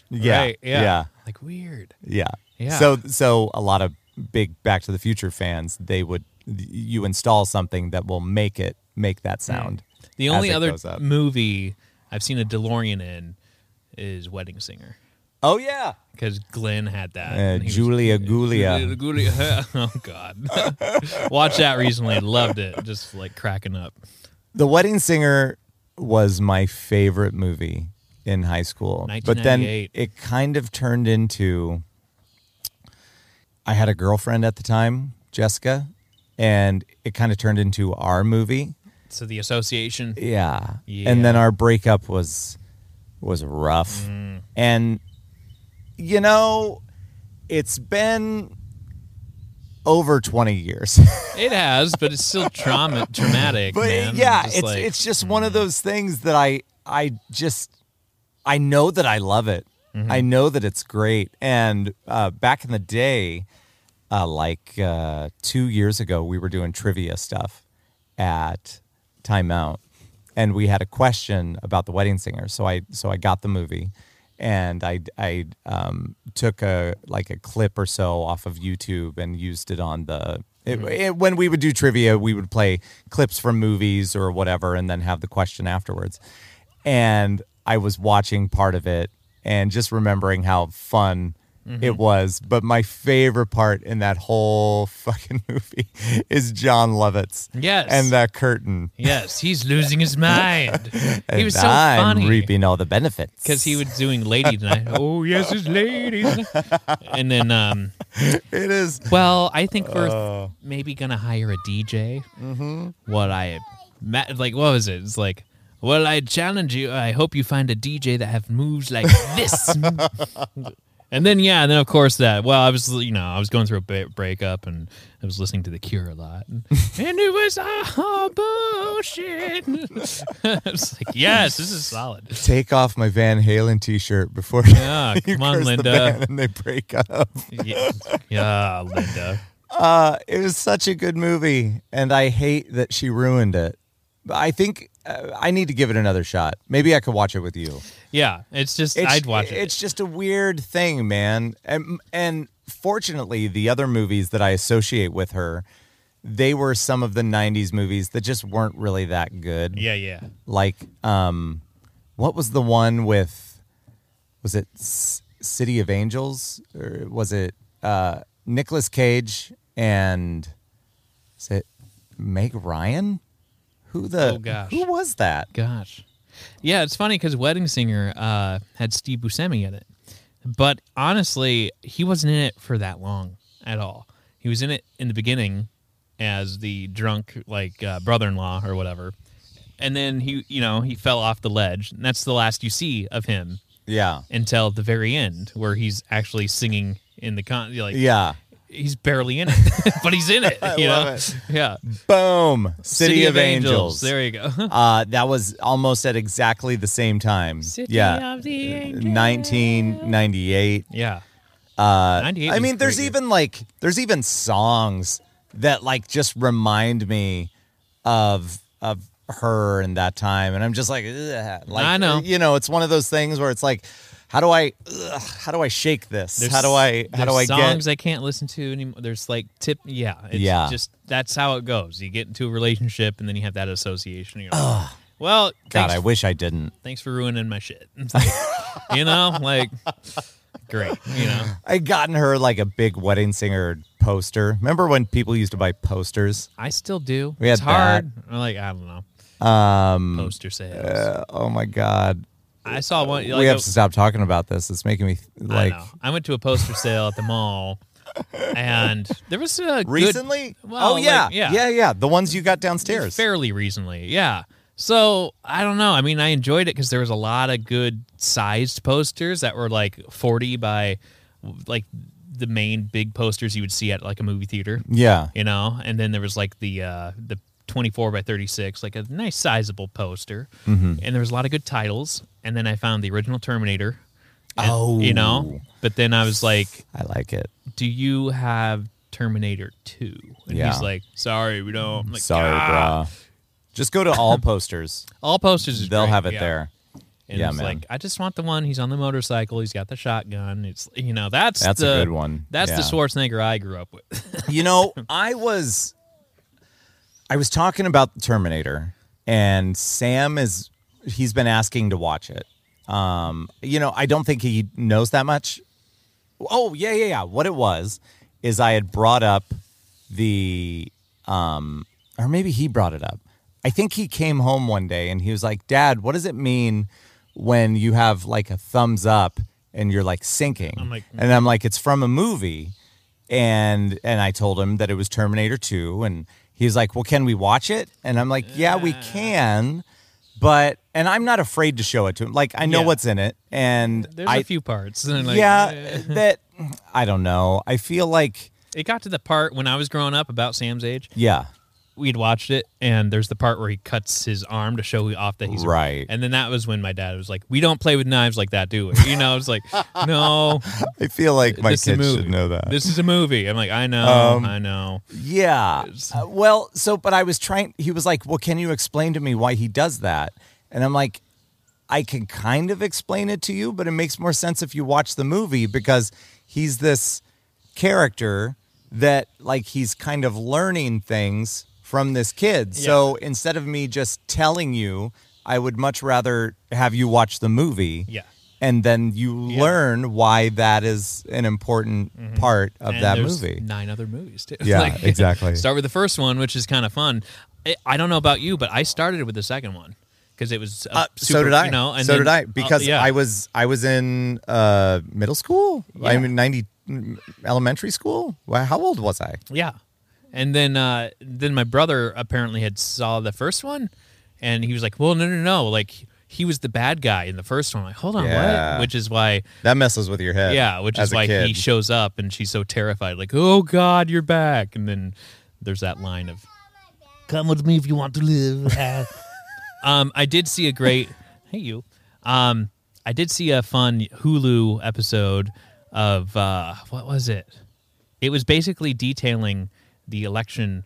yeah,
Right,
yeah yeah
Like weird.
yeah
Yeah.
So so a lot of big Back to the Future fans they would you install something that will make it make that sound.
Hmm. The
as
only
it
other
goes up.
movie I've seen a DeLorean in is Wedding Singer
oh yeah
because Glenn had that.
uh,
and he was-
Julia Gulia.
Julia Gulia. (laughs) oh God! Watched that recently. Loved it. Just like cracking up.
The Wedding Singer was my favorite movie in high school. But then
1998.
it kind of turned into I had a girlfriend at the time, Jessica, and it kind of turned into our movie.
So the association.
Yeah. Mm.
Yeah.
And then our breakup was was rough. And you know, it's been over 20 years. (laughs)
It has, but it's still trauma traumatic.
but
man.
yeah,
Just
it's
like-
it's just mm. one of those things that I I just I know that I love it. I know that it's great. And uh, back in the day, uh, like uh, two years ago, we were doing trivia stuff at Timeout, and we had a question about the Wedding Singer. So I so I got the movie, and I I um, took a like a clip or so off of YouTube and used it on the. It, it, when we would do trivia, we would play clips from movies or whatever, and then have the question afterwards. And I was watching part of it and just remembering how fun
Mm-hmm.
it was. But my favorite part in that whole (laughs) fucking movie is John Lovitz.
Yes.
And the curtain.
yes, he's losing his
(laughs)
mind.
And
he was so
I'm
funny.
reaping all the benefits.
because
(laughs)
he was doing lady tonight. oh yes, it's lady. and then, um,
It is.
well, I think we're maybe gonna hire a DJ. Mm-hmm. What I ma- like, what was it? It's like, well, I challenge you. I hope you find a DJ that have moves like this. and then yeah, and then of course that. Well, I was you know I was going through a ba- breakup and I was listening to The Cure a lot, and, and it was all bullshit. (laughs) it's like yes, this is solid. (laughs)
Take off my Van Halen t shirt before
Yeah,
(laughs) you
come on,
curse
Linda.
the band and they break up.
yeah, yeah, Linda.
Uh, it was such a good movie, and I hate that she ruined it. But I think uh, I need to give it another shot. Maybe I could watch it with you.
Yeah, it's just I'd watch it.
It's just a weird thing, man. And, and fortunately, the other movies that I associate with her, they were some of the '90s movies that just weren't really that good.
yeah, yeah.
Like, um, what was the one with? Was it S- City of Angels or was it uh, Nicolas Cage and is it Meg Ryan? Who the?
Oh, gosh.
Who was that?
Gosh. Yeah, it's funny because Wedding Singer uh, had Steve Buscemi in it, but honestly, he wasn't in it for that long at all. He was in it in the beginning as the drunk like uh, brother-in-law or whatever, and then he you know he fell off the ledge, and that's the last you see of him
Yeah,
until the very end where he's actually singing in the con like
yeah.
he's barely in it, (laughs) but he's in
(laughs)
it. you know?
love it.
Yeah.
Boom. City, of, Angels.
There you go. (laughs)
Uh, that was almost at exactly the same time. yeah.
of the Angels.
1998.
Yeah.
Uh,
98
I
was
mean, there's
great year.
even like there's even songs that like just remind me of of her and that time, and I'm just like, ugh, like
I know.
you know, it's one of those things where it's like, how do I, ugh, how do I shake this?
There's-
how do I, how do I
there's
get?
songs I can't listen to anymore. There's like tip, yeah, it's
Yeah.
Just that's how it goes. You get into a relationship and then you have that association. And you're like, well,
God,
thanks,
I wish I didn't.
thanks for ruining my shit. (laughs) It's like, you know, like great. You
(laughs)
know,
I gotten her like a big wedding singer poster. Remember when people used to buy posters?
I still do.
We
it's
had
hard. I'm like I don't know. Um, poster sales.
Uh, oh my God,
I saw one. Like,
we have
a-
to stop talking about this. It's making me like
I, know. I went to a poster sale at the mall, and there was a good-
recently.
well,
oh
like,
yeah.
yeah,
yeah, yeah. The ones you got downstairs.
fairly recently. Yeah. So I don't know. I mean, I enjoyed it because there was a lot of good sized posters that were like forty by, like the main big posters you would see at like a movie theater,
Yeah.
you know. And then there was like the uh, the twenty four by thirty six, like a nice sizable poster.
Mm-hmm.
And there was a lot of good titles. And then I found the original Terminator. and-
Oh.
you know. But then I was like,
I like it.
do you have Terminator 2? And
Yeah. Mm,
he's like, sorry, we don't. I'm like,
Sorry,
"Ah."
brah. Just go
(laughs)
to all posters.
All posters, is
They'll
great,
have it
yeah.
there.
And
Yeah,
it's
man.
like, I just want the one. He's on the motorcycle. He's got the shotgun. It's you know, that's
That's a
the,
good one.
That's the
Yeah.
Schwarzenegger I grew up with. (laughs)
You know, I was I was talking about the Terminator and Sam is he's been asking to watch it. Um, you know, I don't think he knows that much. Oh, yeah, yeah, yeah. What it was is I had brought up the um or maybe he brought it up. I think he came home one day and he was like, "Dad, what does it mean when you have like a thumbs up and you're like sinking?"
I'm like-
and I'm like, "It's from a movie." And and I told him that it was Terminator 2 and he's like, "Well, can we watch it?" And I'm like, "Yeah, we can." But and I'm not afraid to show it to him. Like I know
Yeah.
what's in it and
There's
I
a few parts. (laughs) And like, eh.
yeah, that I don't know. I feel like
It got to the part when I was growing up about Sam's age.
yeah,
We'd watched it, and there's the part where he cuts his arm to show off that he's
Right.
And then that was when my dad was like, "We don't play with knives like that, do we?" You know, I was
(laughs)
like, "No,
I feel like my
this is a
kids
movie.
should know that.
This is a movie." I'm like, "I know,
Um,
I know."
yeah. Uh, well, so but I was trying. He was like, "Well, can you explain to me why he does that?" And I'm like, I can kind of explain it to you, but it makes more sense if you watch the movie because he's this character that like he's kind of learning things from this kid. So instead of me just telling you, I would much rather have you watch the movie.
Yeah.
And then you
Yeah. Mm-hmm.
learn why that is an important part of
And
that
there's
movie.
Nine other movies too. (laughs)
Yeah, exactly.
Start with the first one, which is kind of fun. I, I don't know about you, but I started with the second one because it was uh,
Uh, so
super-
did I.
You know, and
so
then-
did I
uh,
because
yeah.
I was I was in uh, middle school. I
Yeah.
mean, ninety mm, elementary school. Wow, how old was I?
yeah, and then uh, then my brother apparently had saw the first one, and he was like, "Well, no, no, no!" Like he was the bad guy in the first one. I'm like, hold on,
Yeah.
what? Which is why.
That messes with your head.
Yeah, which
as
is
a
why
kid.
he shows up and she's so terrified, like, "Oh God, you're back!" And then there's that line of, "Come with me if you want to
(laughs)
live." um, I did see a great, hey you, um, I did see a fun Hulu episode of uh, what was it? It was basically detailing the election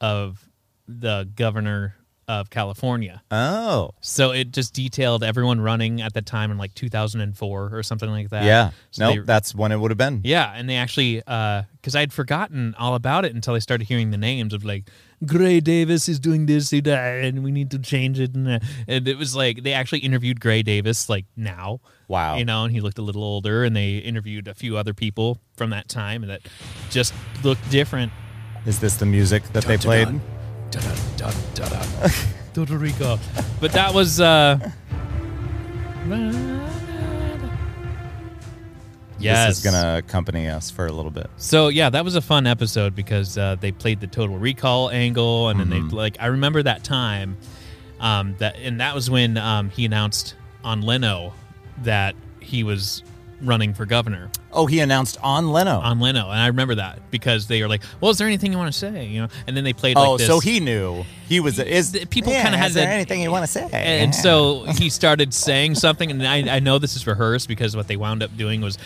of the governor of California.
oh,
So it just detailed everyone running at the time in like 2004 or something like that.
yeah.
So
no,
they-
that's when it would have been.
yeah, and they actually, because I'd forgotten all about it until I started hearing the names of like Gray Davis is doing this and that, and we need to change it, and, uh, and it was like they actually interviewed Gray Davis like now.
Wow.
you know, and he looked a little older, and they interviewed a few other people from that time that just looked different.
Is this the music that they played?
Dun, dun, dun, dun.
(laughs)
Puerto Rico, but that was. uh Yes.
This is gonna accompany us for a little bit.
So yeah, that was a fun episode because uh, they played the Total Recall angle, and then
Mm-hmm.
they like I remember that time, um, that and that was when um, he announced on Leno that he was running for governor
Oh, he announced on Leno.
on Leno, and I remember that because they were like, "Well, is there anything you want to say?" You know, and then they played like
oh,
this.
so he knew he was. Is
The people kinda had
is there
that-
anything you want to say?
And
Yeah.
so he started saying something, and I, I know this is rehearsed because what they wound up doing was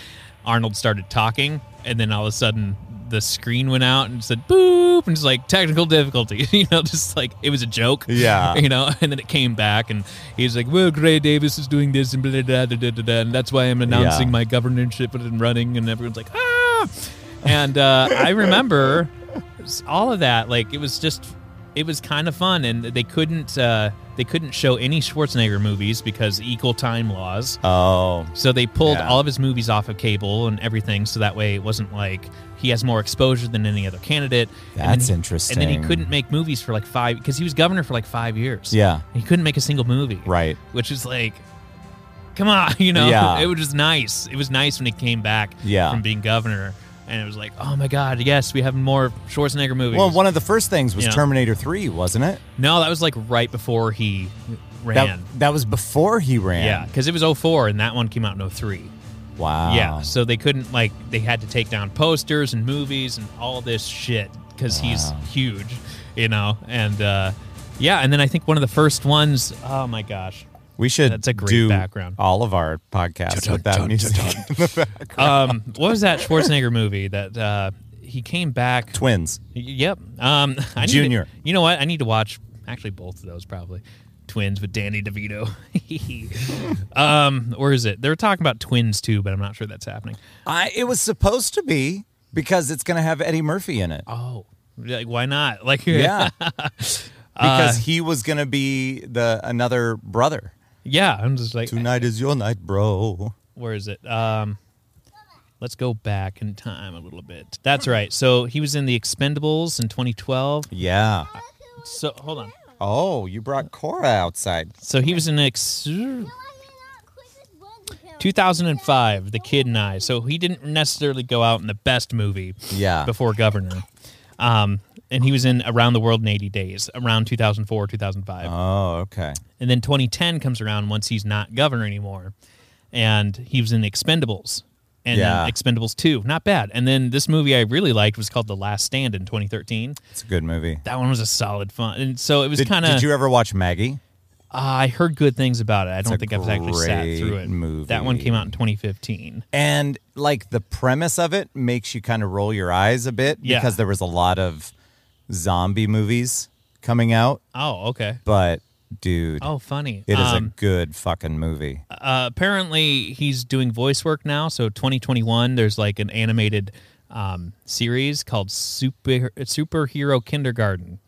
Arnold started talking, and then all of a sudden the screen went out and said boop, and it's like technical difficulty, (laughs) you know, just like it was a joke, (laughs)
Yeah.
you know. And then it came back, and he's like, "Well, Gray Davis is doing this, and blah, blah, blah, blah, blah, blah, blah, and that's why I'm announcing
Yeah.
my governorship and running," and everyone's like, "Ah!" And uh, I remember all of that like it was just it was kind of fun and they couldn't uh, they couldn't show any Schwarzenegger movies because equal time laws
oh,
so they pulled
Yeah.
all of his movies off of cable and everything so that way it wasn't like he has more exposure than any other candidate And then
That's
he- and
interesting.
then he couldn't make movies for like five because he was governor for like five years
Yeah.
he couldn't make a single movie
right.
which is like come on (laughs) you know
Yeah.
it was just nice it was nice when he came back
Yeah.
from being governor and it was like oh my god yes we have more Schwarzenegger movies
Well, one of the first things was
Yeah.
Terminator Three, wasn't it?
No, that was like right before he
That,
ran.
that was before he ran.
yeah, because it was 04 and that one came out in 03.
Wow.
Yeah, so they couldn't like they had to take down posters and movies and all this shit because he's
Wow.
huge, you know. And uh, yeah, and then I think one of the first ones. Oh my gosh.
We should
That's a great
do
background.
all of our podcasts with that music. (laughs) in the back. (laughs)
Um, what was that Schwarzenegger movie that uh, he came back?
Twins.
Y- Yep. Um, (laughs) I need to-
Junior.
you know what? I need to watch actually both of those probably. Twins with Danny DeVito. (laughs) um, or is it? They were talking about twins too, but I'm not sure that's happening.
I it was supposed to be because it's going to have Eddie Murphy in it.
Oh, like why not? Like (laughs)
Yeah. (laughs)
Uh,
because he was going to be the another brother.
yeah. I'm just like,
Tonight is your night, bro.
where is it? Um, let's go back in time a little bit. That's right. So he was in the Expendables in 2012.
Yeah.
So hold on.
Oh, you brought Cora outside.
So he was in ex.
I mean, not quick as bungee jump.
2005, The Kid and I. So he didn't necessarily go out in the best movie
Yeah.
before Governor. Um, and he was in Around the World in 80 Days around 2004, 2005.
Oh, okay.
and then 2010 comes around once he's not governor anymore. And he was in Expendables and then
Yeah.
Expendables 2. Not bad. And then this movie I really liked was called The Last Stand in 2013.
It's a good movie.
That one was a solid fun. And so it was
Did,
kind of.
did you ever watch Maggie?
I heard good things about it. I don't
a
think I've actually sat through
great
it. That one
movie.
came out in 2015.
And like the premise of it makes you kind of roll your eyes a bit
Yeah.
because there was a lot of zombie movies coming out,
Oh, okay.
but dude,
Oh, funny.
it is a
Um,
good fucking movie.
(laughs) uh, apparently he's doing voice work now. So 2021, there's like an animated um, series called Super Superhero Kindergarten.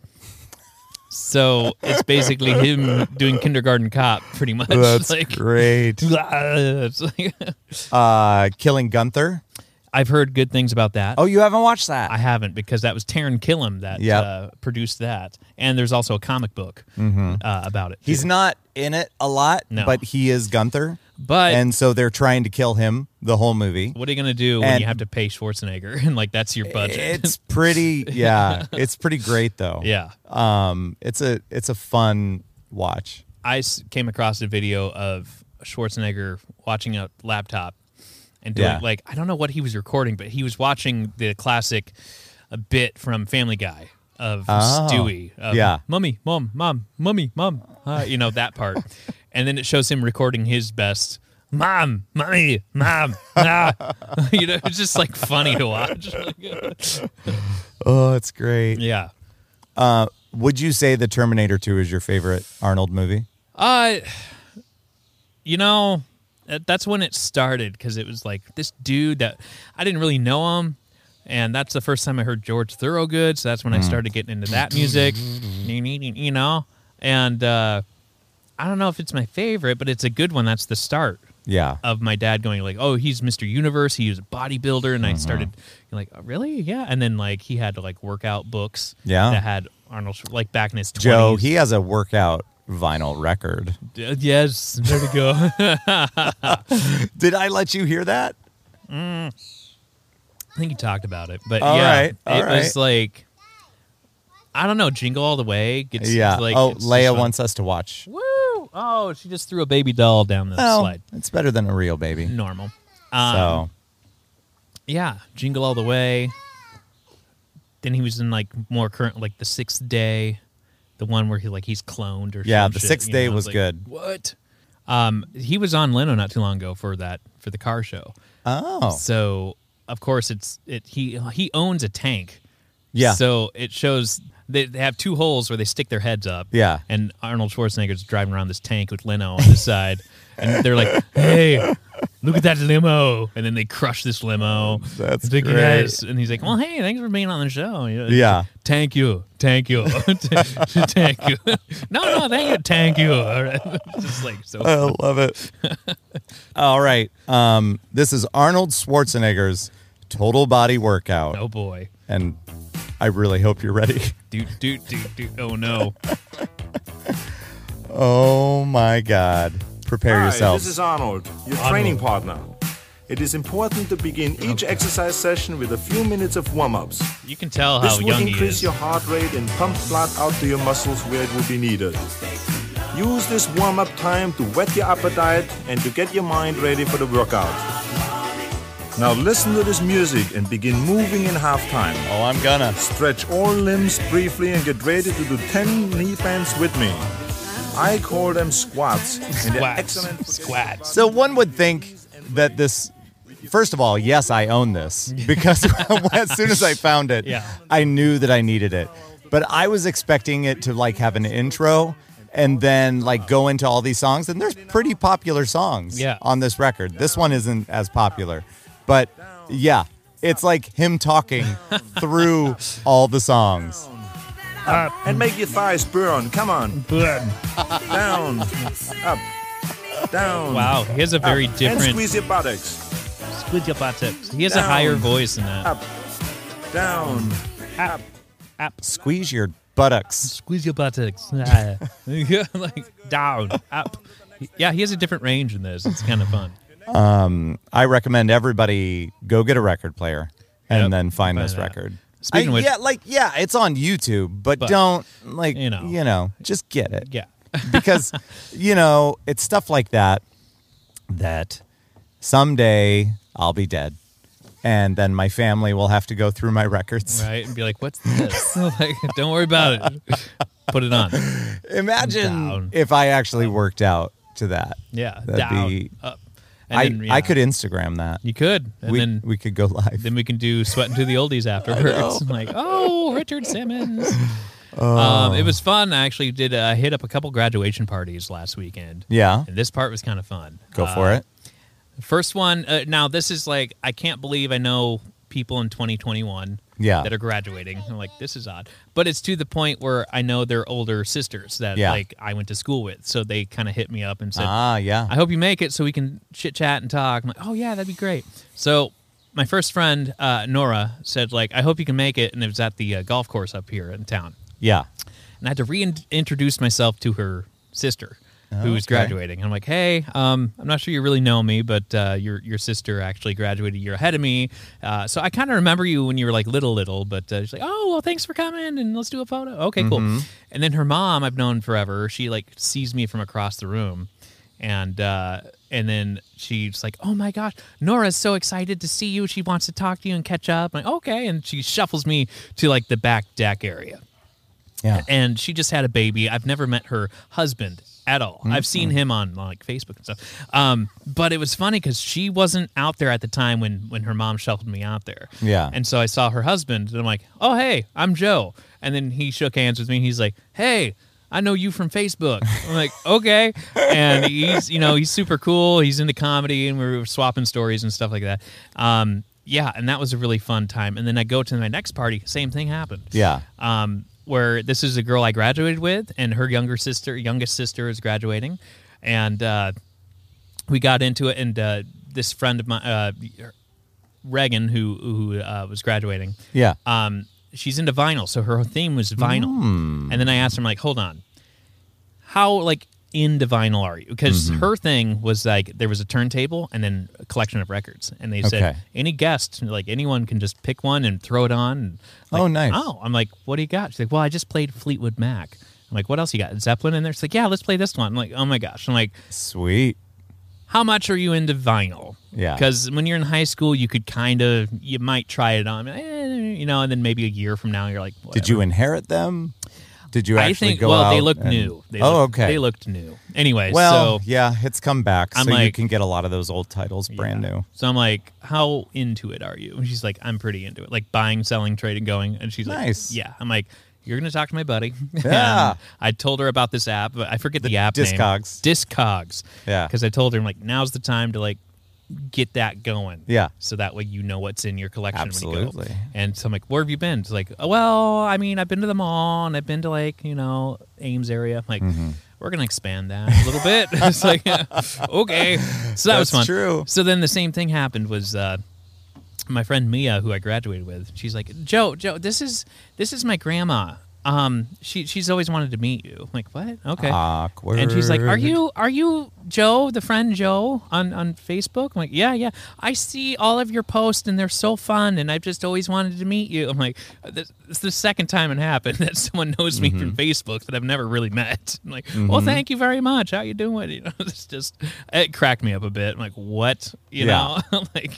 So it's basically him doing kindergarten cop, pretty much. (laughs) like,
great.
it's like-
Uh, Killing Gunther.
I've heard good things about that.
Oh, you haven't watched that?
I haven't because that was Taron Killam that
Yep.
uh, produced that, and there's also a comic book uh, about it.
Mm-hmm. He's not in it a lot,
No.
but he is Gunther.
but
and so they're trying to kill him the whole movie.
what are you gonna do when
And- Eh.
you have to pay Schwarzenegger (laughs) and like that's your budget?
It's
(laughs)
pretty, yeah. It's pretty great though.
yeah.
Um, it's a it's a fun watch.
I s- came across a video of Schwarzenegger watching a laptop and doing
Yeah.
like I don't know what he was recording, but he was watching the classic uh bit from Family Guy of
Oh.
Stewie. Of,
Yeah.
mummy, mom, mom, mummy, mom. Uh, you know that
(laughs)
part, and then it shows him recording his best. Mom, mommy, mom, (laughs) nah. you know, it's just like funny to watch. (laughs)
Oh, it's great.
yeah.
Would you say the Terminator Two is your favorite Arnold movie?
Uh, you know, that- that's when it started because it was like this dude that I didn't really know him, and that's the first time I heard George Thorogood. So that's
Hmm.
when I started getting into that music, you know. And uh, I don't know if it's my favorite, but it's a good one. That's the start
Yeah.
of my dad going like, "Oh, he's Mr. Universe. He was a bodybuilder," and I
Uh-huh.
started like, oh, "Really? Yeah." And then like he had like workout books,
Yeah.
that had Arnold Schwar- like back in his 20s.
Joe, he has a workout vinyl record.
D- Uh, yes, there we go. (laughs)
Did I let you hear that?
I think you talked about it, but
All
yeah,
right, all
it was
right.
like I don't know, jingle all the way. Gets
Yeah.
Like,
oh,
it's just
Leia
fun.
wants us to watch.
Woo! Oh, she just threw a baby doll down the
Well,
slide.
it's better than a real baby.
Normal. Um,
so
Yeah, Jingle All the Way. Then he was in like more current, like the Sixth Day, the one where he like he's cloned or
Yeah,
some
The
shit,
Sixth
you
Day
I
was good.
What? Um, he was on Leno not too long ago for that for the car show.
oh
So of course it's it he he owns a tank.
yeah
So it shows they, they have two holes where they stick their heads up.
Yeah.
And Arnold Schwarzenegger's driving around this tank with Leno on the side, and they're
(laughs)
like, "Hey, look at that limo!" And then they crush this limo.
That's
It's like,
great.
"Yes." And he's like, "Well, hey, thanks for being on the show." You know, it's
Yeah.
like, Thank you, thank
(laughs)
you, (laughs) thank you. (laughs) no, no, thank you, thank you. (laughs) All right. It's just like so.
I love (laughs) it. All right. Um, this is Arnold Schwarzenegger's total body workout.
oh boy.
And I really hope you're ready. (laughs)
Doot doot doot doot. Oh no.
Oh my God. Prepare
Hi,
yourself.
this is Arnold, your training partner. It is important to begin each exercise session with a few minutes of warm-ups.
You can tell how
This will
young he
increase
is.
your heart rate and pump blood out to your muscles where it will be needed. Use this warm-up time to wet your appetite and to get your mind ready for the workout. Now listen to this music and begin moving in half time.
oh, I'm gonna.
Stretch all limbs briefly and get ready to do 10 knee bends with me. I call them squats. and they're
Squats.
excellent for
Squats.
So one would think that this. First of all, yes, I
(laughs)
own this because (laughs) as soon as I found it,
Yeah.
I knew that I needed it. But I was expecting it to like have an intro and then like go into all these songs. And there's pretty popular songs
Yeah.
on this record. This one isn't as popular, but yeah, it's like
(laughs)
him talking through all the songs.
and make your thighs burn. Come on, down, up, down.
Wow, he has a very
And
different.
squeeze your buttocks.
Split your buttocks. He has a
Down.
higher voice than that.
Up. Down.
Squeeze your buttocks.
Squeeze your buttocks. Ah. (laughs) like down, up. Yeah, he has a different range in this. It's kind of fun.
I recommend everybody go get a record player and
Yep,
then find
find
this
it out.
record.
Speaking
I-
of which-
yeah, like yeah, it's on YouTube, but,
But,
don't like you
you
know,
know.
just get it (laughs)
Yeah.
because you know it's stuff like that that someday I'll be dead, and then my family will have to go through my records.
Right? And be like, what's this? (laughs) like, don't worry about it. Put it on.
Imagine
Down.
if I actually worked out to that.
Yeah.
That'd
down,
be-
up. And
I
then, yeah,
I could Instagram that.
You could. And
we
then.
we could go live.
then we can do sweating to the
(laughs)
oldies afterwards. (laughs) like, oh, Richard Simmons.
Oh.
Um, it was fun. I actually did uh, hit up a couple graduation parties last weekend.
yeah,
And this part was kind of fun. Uh,
go for it.
First one. Uh, now this is like I can't believe I know people in 2021
Yeah.
that are graduating. I'm like this is odd, but it's to the point where I know their older sisters that
Yeah.
like I went to school with, so they kind of hit me up and said,
Ah, yeah.
"I hope you make it so we can chit chat and talk." I'm like, "Oh yeah, that'd be great." So my first friend uh, Nora said, "Like I hope you can make it," and it was at the uh, golf course up here in town
yeah.
and I had to reintroduce myself to her sister who was
okay.
graduating. And I'm like, hey, um, I'm not sure you really know me, but uh, your your sister actually graduated a year ahead of me. Uh, so I kind of remember you when you were like little, little, but uh, she's like, oh, well, thanks for coming and let's do a photo. Okay, cool. And then her mom, I've known forever, she like sees me from across the room. And uh, and then she's like, "Oh my gosh, Nora's so excited to see you. She wants to talk to you and catch up." I'm like, "Okay," and she shuffles me to like the back deck area
Yeah.
and she just had a baby. I've never met her husband at all.
Mm-hmm.
I've seen him on like Facebook and stuff. Um, but it was funny because she wasn't out there at the time when when her mom shuffled me out there.
Yeah.
And so I saw her husband, and I'm like, "Oh hey, I'm Joe." And then he shook hands with me. And he's like, "Hey." I know you from Facebook. I'm like, (laughs) okay. And he's, you know, he's super cool. He's into comedy and we were swapping stories and stuff like that. Um, yeah. And that was a really fun time. And then I go to my next party. Same thing happened
Yeah.
um, where this is a girl I graduated with, and her younger sister, youngest sister, is graduating, and uh, we got into it. And uh, this friend of mine, uh, Reagan, who who uh, was graduating,
Yeah.
um, she's into vinyl, so her theme was vinyl.
Hmm.
And then I asked her, I'm like, hold on, how like into vinyl are you? Because
Mm-hmm.
her thing was like there was a turntable and then a collection of records, and they said
Okay.
any guest, like anyone, can just pick one and throw it on. And, like,
Oh, nice.
Oh, I'm like, what do you got? She's like, well, I just played Fleetwood Mac. I'm like, what else you got? Zeppelin in there? She's like, yeah, let's play this one. I'm like, oh my gosh. I'm like,
Sweet.
how much are you into vinyl?
Yeah.
Because when you're in high school, you could kind of, you might try it on, eh, you know, and then maybe a year from now, you're like, whatever.
Did you inherit them? Did you
I
actually
think,
go
well,
out
they looked
and-
new. They
oh,
looked-
okay.
They looked new. Anyway,
well,
so,
yeah, it's come back,
I'm
so you
like-
can get a lot of those old titles brand
Yeah.
new.
So I'm like, how into it are you? And she's like, I'm pretty into it, like buying, selling, trading, going. And she's like,
Nice.
Yeah. I'm like, you're gonna talk to my buddy. (laughs)
Yeah.
And I told her about this app, but I forget the, app
Discogs.
name. Discogs.
Yeah.
Because I told her, I'm like, now's the time to like get that going.
Yeah.
So that way you know what's in your collection. When you
Absolutely.
go. And so I'm like, where have you been? It's like, "Oh, well, I mean, I've been to the mall and I've been to like, you know, Ames area. I'm like,
Mm-hmm.
we're gonna expand that a little bit. (laughs) it's like, okay. So that was
That's
fun.
true.
So then the same thing happened was uh, my friend Mia, who I graduated with, she's like, Joe, Joe, this is this is my grandma. Um, she she's always wanted to meet you. I'm like, what? Okay.
Ah. Awkward.
And she's like, "Are you are you Joe, the friend Joe on on Facebook?" I'm like, "Yeah, yeah. I see all of your posts and they're so fun and I've just always wanted to meet you." I'm like, "This is the second time it happened (laughs) that someone knows me
Mm-hmm.
from Facebook that I've never really met." I'm like, "Well, thank you very much. How you doing?" (laughs) You know, it's just it cracked me up a bit. I'm like, "What?" You
Yeah.
know, (laughs) I'm like,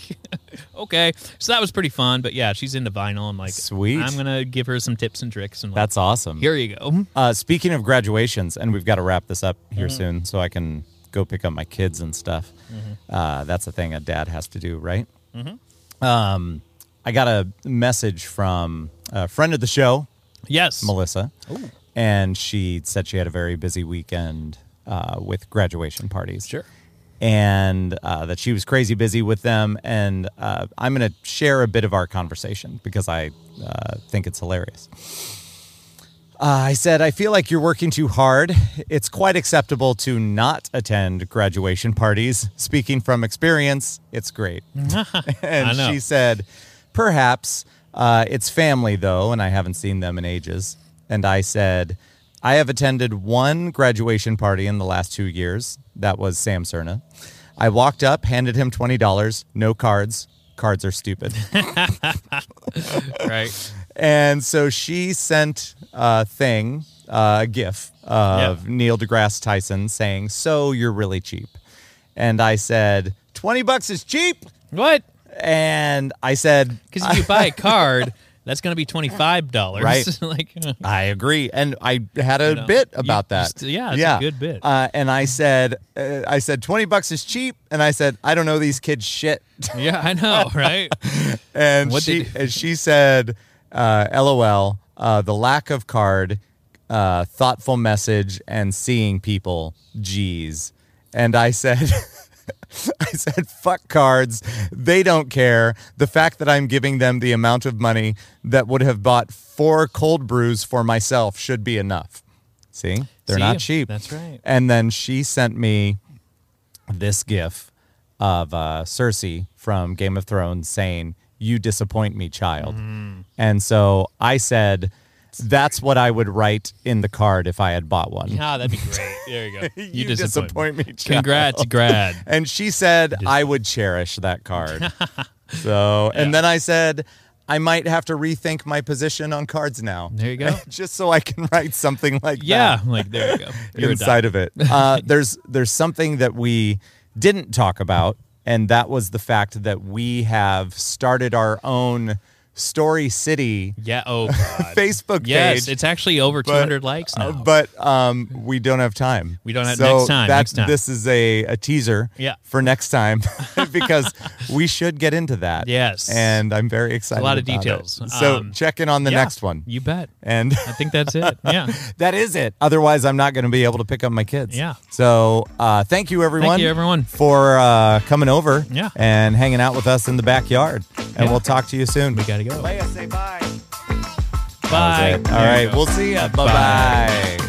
"Okay." So that was pretty fun, but yeah, she's into vinyl. I'm like,
Sweet.
I'm going to give her some tips and tricks and like,
That's awesome.
Here you go.
Uh, speaking of graduations, and we've got to wrap this up here
Mm-hmm.
soon, so I can go pick up my kids and stuff. Uh, that's a thing a dad has to do, right? Mm-hmm. Um, I got a message from a friend of the show,
Yes.
Melissa, and she said she had a very busy weekend uh, with graduation parties.
Sure.
And uh, that she was crazy busy with them. And uh, I'm going to share a bit of our conversation because I uh, think it's hilarious. Uh, I said, I feel like you're working too hard. It's quite acceptable to not attend graduation parties. Speaking from experience, it's great.
(laughs) I
and
know.
she said, perhaps uh, it's family though, and I haven't seen them in ages. And I said, I have attended one graduation party in the last two years. That was Sam Cerna. I walked up, handed him twenty dollars, no cards. Cards are stupid.
right.
and so she sent a thing, uh, a GIF of Neil deGrasse Tyson saying, "So you're really cheap," and I said, 20 bucks is cheap."
What?
And I said,
Because if you buy a
(laughs)
card, that's going to be twenty five dollars.
Right.
(laughs) like
I agree, and I had a
know,
bit
you-
about
you
that.
st- yeah, it's a good bit.
Uh, and I said, uh, I said twenty bucks is cheap, and I said I don't know these kids shit. (laughs)
yeah, I know, right?
And
What'd they
she
do?
(laughs) and she said, uh, "LOL, uh, the lack of card, uh, thoughtful message, and seeing people. Geez." And I said. (laughs) I said, fuck cards. They don't care. The fact that I'm giving them the amount of money that would have bought four cold brews for myself should be enough. See, they're
See?
not cheap.
That's right.
And then she sent me this gif of uh, Cersei from Game of Thrones saying, You disappoint me, child. And so I said, That's what I would write in the card if I had bought one.
Ah, that'd be great. There
(laughs)
you go. You,
You
disappoint
disappoint me, child. (laughs)
Congrats, grad.
And she said, I would cherish that
(laughs)
card. so, and then I said, I might have to rethink my position on cards now.
There you go.
(laughs) Just so I can write something like
Yeah,
that
like there you
(laughs)
go. You're a doc.
inside
(laughs)
of it. Uh, there's there's something that we didn't talk about, and that was the fact that we have started our own Story City
Yeah.
(laughs)
Oh God.
Facebook
yes,
page.
it's actually over two
but-
hundred likes now.
uh, but um, we don't have time.
We don't have-
so
next time,
that-
next time.
This is a, a teaser
Yeah.
for next
(laughs)
time (laughs) because we should get into that.
Yes.
And I'm very excited.
lot of
about it.
details.
So
Um,
check in on the
Yeah,
next one.
You bet.
And
I think that's
(laughs)
it. Yeah.
that is it. Otherwise, I'm not going to be able to pick up my kids.
Yeah.
So uh, thank you, everyone.
Thank you, everyone.
for uh, coming over.
Yeah.
And hanging out with us in the backyard. And
Yeah.
we'll talk to you soon.
We gotta go.
say bye.
Bye.
All right. We'll see ya. Bye-bye. bye bye